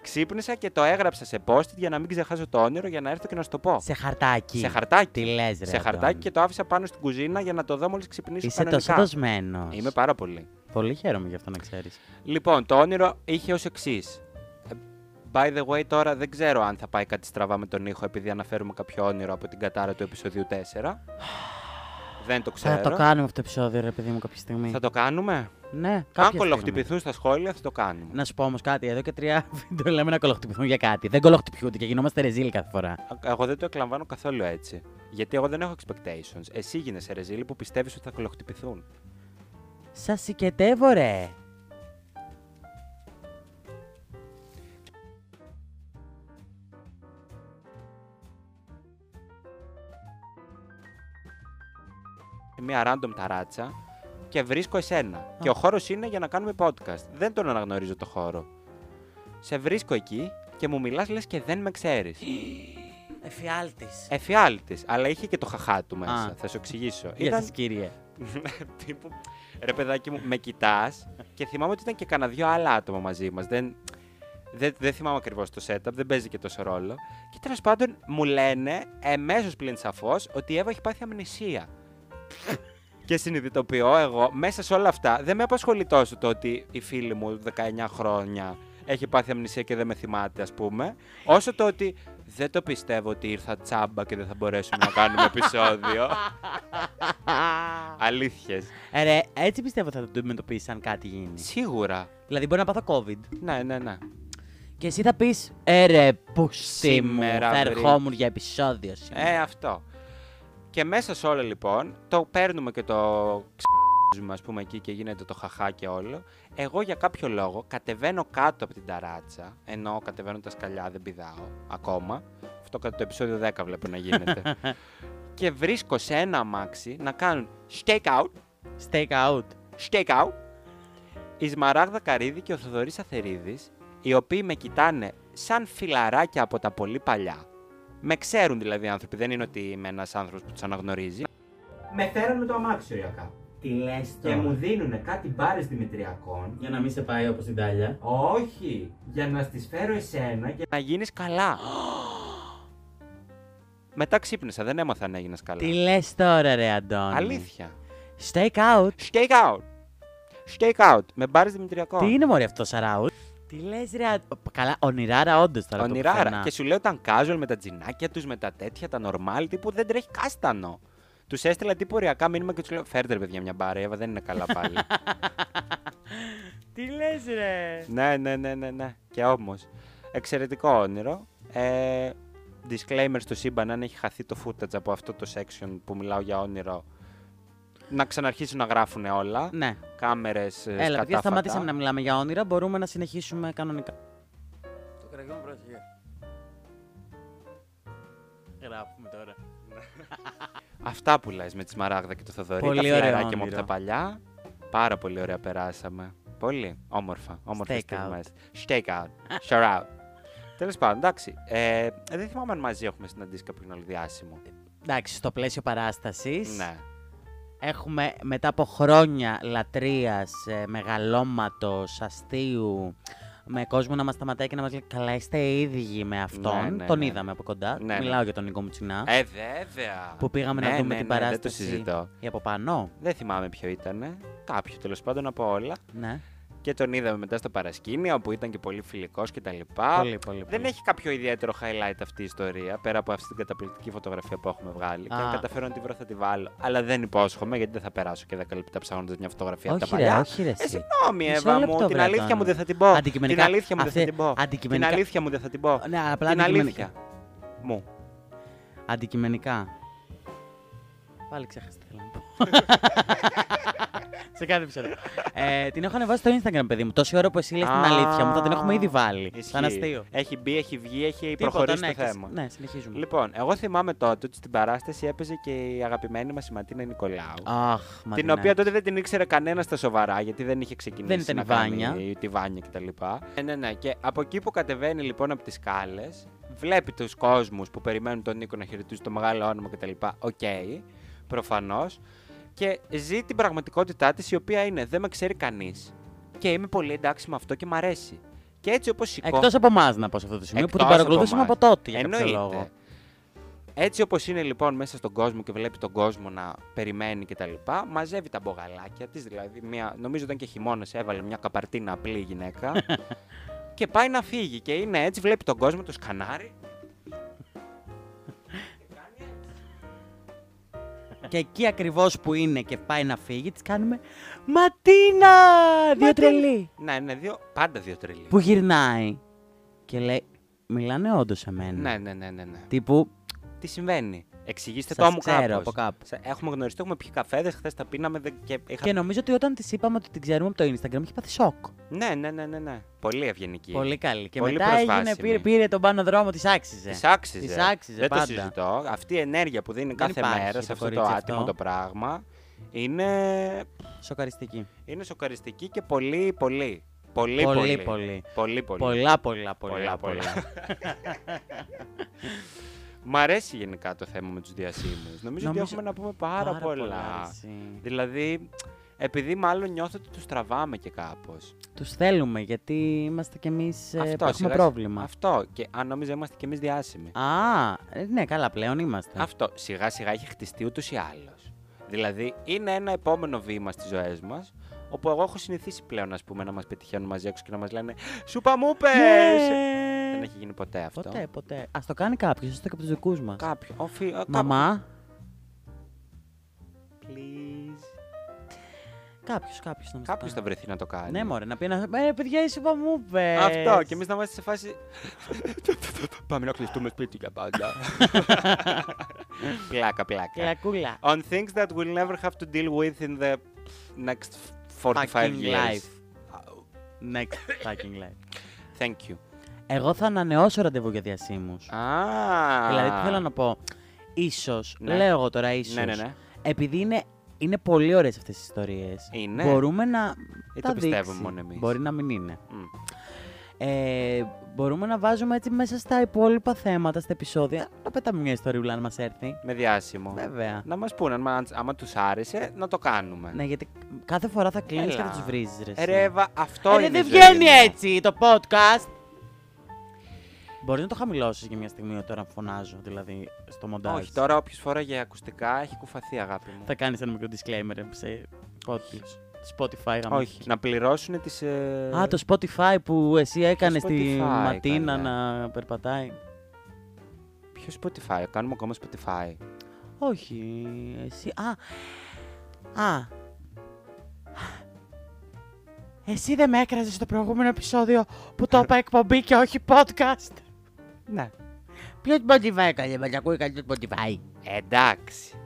S1: Ξύπνησα και το έγραψα σε post για να μην ξεχάσω το όνειρο για να έρθω και να σου το πω.
S2: σε χαρτάκι.
S1: Σε χαρτάκι.
S2: Τι λες ρε
S1: σε χαρτάκι
S2: Αντώνη.
S1: και το άφησα πάνω στην κουζίνα για να το δω μόλις ξυπνήσω
S2: Είσαι τόσο
S1: κανονικά.
S2: δοσμένος.
S1: Είμαι πάρα πολύ.
S2: Πολύ χαίρομαι γι' αυτό να ξέρεις.
S1: Λοιπόν, το όνειρο είχε ως εξής. By the way, τώρα δεν ξέρω αν θα πάει κάτι στραβά με τον ήχο επειδή αναφέρουμε κάποιο όνειρο από την κατάρα του επεισοδίου 4. δεν το ξέρω.
S2: Θα το κάνουμε αυτό το επεισόδιο, ρε παιδί μου, κάποια στιγμή.
S1: Θα το κάνουμε.
S2: Ναι,
S1: Αν
S2: κάποια στιγμή.
S1: κολοχτυπηθούν στα σχόλια, θα το κάνουμε.
S2: Να σου πω όμως κάτι. Εδώ και τρία βίντεο λέμε να κολοχτυπηθούν για κάτι. Δεν κολοχτυπιούνται και γινόμαστε ρεζίλ κάθε φορά.
S1: Α- Εγώ δεν το εκλαμβάνω καθόλου έτσι. Γιατί εγώ δεν έχω expectations. Εσύ γίνεσαι ρεζίλη που πιστεύεις ότι θα κολοχτυπηθούν.
S2: Σας συγκετεύω, ρε.
S1: Ε, μια random ταράτσα και βρίσκω εσένα. Και ο χώρος είναι για να κάνουμε podcast. Δεν τον αναγνωρίζω το χώρο. Σε βρίσκω εκεί και μου μιλάς λες και δεν με ξέρεις. Ε,
S2: Εφιάλτης.
S1: Εφιάλτης, αλλά είχε και το χαχά του μέσα.
S2: Α.
S1: Θα σου εξηγήσω.
S2: Ήταν...
S1: ήταν
S2: Σας, κύριε.
S1: τύπου. Ρε παιδάκι μου, με κοιτάς και θυμάμαι ότι ήταν και κανένα δύο άλλα άτομα μαζί μας. Δεν, δεν, δεν θυμάμαι ακριβώς το setup, δεν παίζει και τόσο ρόλο. Και τέλος πάντων μου λένε εμέσως πλην σαφώς ότι η Εύα έχει πάθει αμνησία. και συνειδητοποιώ εγώ μέσα σε όλα αυτά δεν με απασχολεί τόσο το ότι η φίλη μου 19 χρόνια έχει πάθει αμνησία και δεν με θυμάται, ας πούμε, όσο το ότι δεν το πιστεύω ότι ήρθα τσάμπα και δεν θα μπορέσουμε να κάνουμε επεισόδιο. Αλήθειες.
S2: Ε, ρε, έτσι πιστεύω θα το αντιμετωπίσεις αν κάτι γίνει.
S1: Σίγουρα.
S2: Δηλαδή, μπορεί να πάθω COVID.
S1: Ναι, ναι, ναι.
S2: Και εσύ θα πεις, ε, ρε, πούστη μου.
S1: Σήμερα,
S2: Θα
S1: βρε.
S2: ερχόμουν για επεισόδιο σήμερα.
S1: Ε, αυτό. Και μέσα σε όλα λοιπόν, το παίρνουμε και το ξ***ζουμε ας πούμε εκεί και γίνεται το χαχά και όλο. Εγώ για κάποιο λόγο κατεβαίνω κάτω από την ταράτσα, ενώ κατεβαίνω τα σκαλιά δεν πηδάω ακόμα. Αυτό κατά το επεισόδιο 10 βλέπω να γίνεται. και βρίσκω σε ένα αμάξι να κάνουν stake out,
S2: Stake out.
S1: stake out, η Σμαράγδα Καρίδη και ο Θοδωρής Αθερίδης, οι οποίοι με κοιτάνε σαν φιλαράκια από τα πολύ παλιά. Με ξέρουν δηλαδή οι άνθρωποι, δεν είναι ότι είμαι ένας άνθρωπος που τους αναγνωρίζει. Με φέραν με το αμάξι ωριακά.
S2: Τι λες
S1: δίνουν κάτι μπάρες δημητριακών.
S2: Για να μην σε πάει όπως την τάλια.
S1: Όχι, για να στις φέρω εσένα και να γίνεις καλά. Μετά ξύπνησα, δεν έμαθα να έγινες
S2: Τι
S1: καλά.
S2: λες τώρα, ρε, Αντώνη.
S1: Αλήθεια.
S2: Stake out.
S1: Stake out. Stake out. Με μπάρες δημητριακών.
S2: Τι είναι μωρέ αυτό ο Σαράους. Τι λες, ρε. α- Καλά, ονειράρα, όντως τώρα. το
S1: Ονειράρα.
S2: πουθενά.
S1: Και σου λέω ήταν casual με τα τζινάκια τους, με τα τέτοια, τα normal, τύπου δεν τρέχει κάστανο. Τους έστειλα τύπου ωριακά μήνυμα και τους λέω: Φέρτε ρε παιδιά μια μπάρα, η Εύα δεν είναι καλά πάλι.
S2: Τι λες, ρε.
S1: ναι, ναι, ναι, ναι, ναι. Και όμως. Εξαιρετικό όνειρο. Ε, disclaimer στο σύμπαν, αν έχει χαθεί το footage από αυτό το section που μιλάω για όνειρο, να ξαναρχίσουν να γράφουν όλα. ε,
S2: Ναι.
S1: Κάμερες,
S2: Έλα, παιδιά,
S1: σκατάφατα.
S2: σταματήσαμε να μιλάμε για όνειρα. Μπορούμε να συνεχίσουμε κανονικά. Το κραγιό μου πρόσεχε. Γράφουμε τώρα.
S1: Αυτά που λες με τη Σμαράγδα και το Θοδωρή.
S2: Πολύ
S1: τα
S2: ωραίο
S1: φιλαράκια μου από
S2: όνειρο.
S1: τα παλιά. Πάρα πολύ ωραία περάσαμε. Πολύ όμορφα. Όμορφα
S2: Stake
S1: στιγμές. Stake out. Share out. Τέλος πάντων, εντάξει. Ε, δεν θυμάμαι αν μαζί έχουμε συναντήσει κάποιον άλλο διάσημο.
S2: Εντάξει, στο πλαίσιο παράστασης.
S1: Ναι.
S2: Έχουμε μετά από χρόνια λατρείας, ε, μεγαλώματος, αστείου, με κόσμο να μας σταματάει και να μας λέει «Καλά, είστε οι ίδιοι με αυτόν».
S1: Ναι, ναι,
S2: τον
S1: ναι.
S2: είδαμε από κοντά.
S1: Ναι, ναι.
S2: Μιλάω για τον Νίκο Μουτσινά.
S1: Ε, βέβαια.
S2: που πήγαμε
S1: Ναι,
S2: να δούμε
S1: ναι,
S2: την
S1: ναι,
S2: παράσταση.
S1: Δεν το συζητώ.
S2: Ή από πάνω.
S1: Δεν θυμάμαι ποιο ήταν. Κάποιο τέλος πάντων από όλα.
S2: Ναι.
S1: Και τον είδαμε μετά στο παρασκήνιο που ήταν και πολύ φιλικός κτλ. Πολύ,
S2: πολύ, πολύ.
S1: Δεν έχει κάποιο ιδιαίτερο highlight αυτή η ιστορία πέρα από αυτή την καταπληκτική φωτογραφία που έχουμε βγάλει. Και αν
S2: Α.
S1: καταφέρω να τη βρω θα τη βάλω. Αλλά δεν υπόσχομαι γιατί δεν θα περάσω και 10 λεπτά ψάχνοντας μια φωτογραφία από
S2: όχι,
S1: τα
S2: ρε,
S1: παλιά.
S2: όχι, ρε.
S1: Ε,
S2: εσύ.
S1: συγγνώμη,
S2: Μισό
S1: Εύα μου,
S2: λεπτό,
S1: την
S2: βρε,
S1: αλήθεια
S2: Αντώνη.
S1: μου δεν θα την πω. Την
S2: Αντικειμενικά,
S1: αλήθεια μου δεν θα
S2: αυτή-
S1: την πω. Την
S2: αντικειμενικά-
S1: αλήθεια μου δεν θα την πω.
S2: Ναι, απλά
S1: Την
S2: αντικειμενικά.
S1: αλήθεια. Μου.
S2: Αντικειμενικά. Πάλι ξέχασα τι θέλω να πω. Σε κάθε επεισόδιο. ε, την έχω ανεβάσει στο Instagram, παιδί μου. Τόση ώρα που εσύ λες την
S1: Α,
S2: αλήθεια μου, θα την έχουμε ήδη βάλει.
S1: ισχύει.
S2: Σαν αστείο.
S1: Έχει μπει, έχει βγει, έχει
S2: Τίποτα,
S1: προχωρήσει
S2: ναι,
S1: το θέμα.
S2: Ναι, συνεχίζουμε.
S1: Λοιπόν, εγώ θυμάμαι τότε ότι στην παράσταση έπαιζε και η αγαπημένη μας η Ματίνα Νικολάου.
S2: Αχ, μα
S1: Λοιπόν, την οποία τότε δεν την ήξερε κανένας στα σοβαρά, γιατί δεν είχε ξεκινήσει
S2: Δεν ήταν
S1: να
S2: η Βάνια.
S1: κάνει τη Βάνια κτλ. Ε, ναι, ναι. Και από εκεί που κατεβαίνει λοιπόν από τις σκάλες, βλέπει τους κόσμους που περιμένουν τον Νίκο να χαιρετήσει το μεγάλο όνομα κτλ. Οκ, προφανώς. Και ζει την πραγματικότητά της, η οποία είναι δεν με ξέρει κανείς. Και είμαι πολύ εντάξει με αυτό και μ' αρέσει. Και έτσι όπως σηκώ.
S2: Εκτός από εμάς να πω σε αυτό το σημείο που
S1: Εκτός
S2: την
S1: από
S2: παρακολουθούσαμε
S1: εμάς.
S2: από τότε. Για
S1: Εννοείται.
S2: κάποιο λόγο.
S1: Έτσι όπως είναι λοιπόν μέσα στον κόσμο και βλέπει τον κόσμο να περιμένει και τα λοιπά, μαζεύει τα μπογαλάκια της, δηλαδή μια, νομίζω ήταν και χειμώνας, έβαλε μια καπαρτίνα απλή η γυναίκα και πάει να φύγει και είναι έτσι, βλέπει τον κόσμο, το σκανάρι.
S2: Και εκεί ακριβώς που είναι και πάει να φύγει, τη κάνουμε Ματίνα! Δύο τρελή.
S1: Ναι, είναι δύο, πάντα δύο τρελή.
S2: Που γυρνάει και λέει Μιλάνε όντως σε μένα.
S1: Ναι, ναι, ναι, ναι, ναι.
S2: Τύπου
S1: Τι συμβαίνει. Εξηγήστε το
S2: Σας
S1: μου
S2: ξέρω
S1: κάπως.
S2: από κάπου.
S1: Σε- Έχουμε γνωριστεί, έχουμε πιει καφέδες, χθες τα πίναμε δεν- και είχα...
S2: Και νομίζω ότι όταν τη είπαμε ότι την ξέρουμε από το Instagram είχε πάθει σοκ.
S1: Ναι, ναι, ναι, ναι, ναι. Πολύ ευγενική.
S2: Πολύ καλή. Και
S1: Πολύ
S2: μετά έγινε,
S1: προσβάσιμη.
S2: πήρε, πήρε τον πάνω δρόμο, τη άξιζε.
S1: Τη άξιζε.
S2: Της άξιζε
S1: Δεν το
S2: πάντα.
S1: συζητώ. Αυτή η ενέργεια που δίνει
S2: Δεν
S1: κάθε
S2: υπάρχει
S1: μέρα
S2: το
S1: σε αυτό το
S2: κορίτσι
S1: άτιμο
S2: αυτό.
S1: το πράγμα είναι,
S2: Σοκαριστική.
S1: είναι σοκαριστική και πολύ, πολύ. Πολύ,
S2: Πολύ,
S1: πολύ.
S2: πολύ.
S1: πολύ, πολύ.
S2: Πολλά, πολλά, πολλά.
S1: Πολλά,
S2: πολλά.
S1: Μ' αρέσει γενικά το θέμα με τους διασύμους. Νομίζω ότι
S2: Νομίζω-
S1: έχουμε να πούμε πάρα, πολλά.
S2: εσύ.
S1: Δηλαδή, επειδή μάλλον νιώθω ότι τους τραβάμε και κάπως.
S2: Τους θέλουμε γιατί είμαστε κι εμείς ε, που έχουμε
S1: σιγά-
S2: πρόβλημα.
S1: Αυτό. Και αν νόμιζα είμαστε κι εμείς διάσημοι.
S2: Α, ε, ναι, καλά, πλέον είμαστε.
S1: Αυτό σιγά σιγά έχει χτιστεί ούτως ή άλλως. Δηλαδή είναι ένα επόμενο βήμα στις ζωές μας, όπου εγώ έχω συνηθίσει πλέον ας πούμε, να μας πετυχαίνουν μαζί έξω και να μας λένε Σούπα μου πες!»
S2: Ναι.
S1: Δεν έχει γίνει ποτέ αυτό.
S2: Ποτέ, ποτέ. Ας το κάνει κάποιος, έστω και από τους δικούς μας.
S1: Κάποιο. Ο φι- ο-
S2: Μαμά.
S1: κάπο- Please.
S2: Κάποιος, κάποιος να μας
S1: Κάποιος θα βρεθεί να το κάνει.
S2: Ναι, μωρέ, να πει ένας. Ε, παιδιά, εσύ είπα μου πες».
S1: Αυτό. Και εμείς να είμαστε σε φάση. Πάμε να κλειστούμε σπίτι για πάντα. πλάκα, πλάκα.
S2: Κλακούλα.
S1: On things that we'll never have to deal with in the next 45
S2: Fucking
S1: years.
S2: life. Next fucking life.
S1: Thank you.
S2: Εγώ θα ανανεώσω ραντεβού για διασύμους.
S1: Α.
S2: Δηλαδή, τι θέλω να πω. Ίσως,
S1: Ναι.
S2: λέω εγώ τώρα ίσως,
S1: Ναι, ναι, ναι.
S2: επειδή είναι, είναι πολύ ωραίες αυτές τις ιστορίες,
S1: Είναι.
S2: μπορούμε να
S1: Ή
S2: τα
S1: το πιστεύουμε
S2: δείξει.
S1: μόνο εμείς.
S2: Μπορεί να μην είναι.
S1: Μμ.
S2: Ε, μπορούμε να βάζουμε έτσι μέσα στα υπόλοιπα θέματα, στα επεισόδια, να πετάμε μια ιστοριούλα αν μας έρθει.
S1: Με διάσημο.
S2: Βέβαια.
S1: Να μας πούνε, αν- αν- άμα τους άρεσε, να το κάνουμε.
S2: Ναι, γιατί κάθε φορά θα κλείνεις και
S1: Έλα. Ε,
S2: θα τους βρίζεις, ρε. εσύ.
S1: Ρε, Εύα, αυτό
S2: Ε, ρε,
S1: είναι.
S2: δεν
S1: η ζωή
S2: βγαίνει
S1: μου.
S2: έτσι το podcast. Μπορείς να το χαμηλώσεις για μια στιγμή τώρα που φωνάζω, δηλαδή στο μοντάζ.
S1: Όχι, τώρα όποιος φοράγε ακουστικά έχει κουφαθεί, αγάπη μου.
S2: Θα κάνει ένα μικρό disclaimer σε Spotify. Spotify γαμ-
S1: Όχι. Να πληρώσουν τις. Ε...
S2: Α, το Spotify που εσύ έκανε στη
S1: Spotify ναι.
S2: Ματίνα
S1: έκανε.
S2: να περπατάει.
S1: Ποιο Spotify, κάνουμε ακόμα Spotify.
S2: Όχι, εσύ. Α. Α. Εσύ δεν με έκραζες στο προηγούμενο επεισόδιο που το είπα εκπομπή και όχι podcast.
S1: Ναι.
S2: Ποιο Spotify έκανε, μα ακούει κανεί Spotify.
S1: Ε, Εντάξει.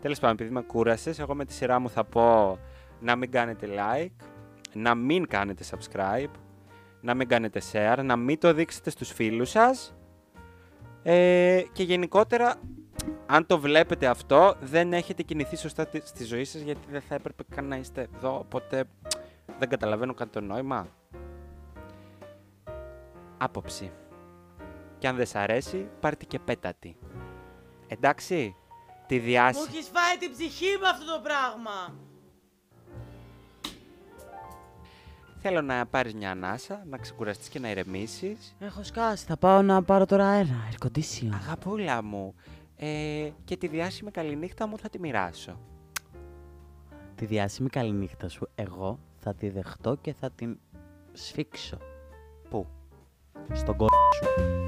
S1: Τέλος πάντων, επειδή με κούρασες, εγώ με τη σειρά μου θα πω να μην κάνετε like, να μην κάνετε subscribe, να μην κάνετε share, να μην το δείξετε στους φίλους σας ε, και γενικότερα αν το βλέπετε αυτό δεν έχετε κινηθεί σωστά τη- στη ζωή σας γιατί δεν θα έπρεπε καν να είστε εδώ οπότε δεν καταλαβαίνω κάτι το νόημα. Άποψη. Και αν δεν σ' αρέσει πάρτε και πέτατη. Εντάξει. Τη διάση.
S2: έχεις φάει την ψυχή με αυτό το πράγμα.
S1: Θέλω να πάρεις μια ανάσα, να ξεκουραστείς και να ηρεμήσεις.
S2: Έχω σκάσει, θα πάω να πάρω τώρα αέρα, air condition.
S1: Αγαπούλα μου, ε, και τη διάσημη καληνύχτα μου θα τη μοιράσω.
S2: Τη διάσημη καληνύχτα σου εγώ θα τη δεχτώ και θα την σφίξω.
S1: Πού?
S2: Στον κόλπο σου.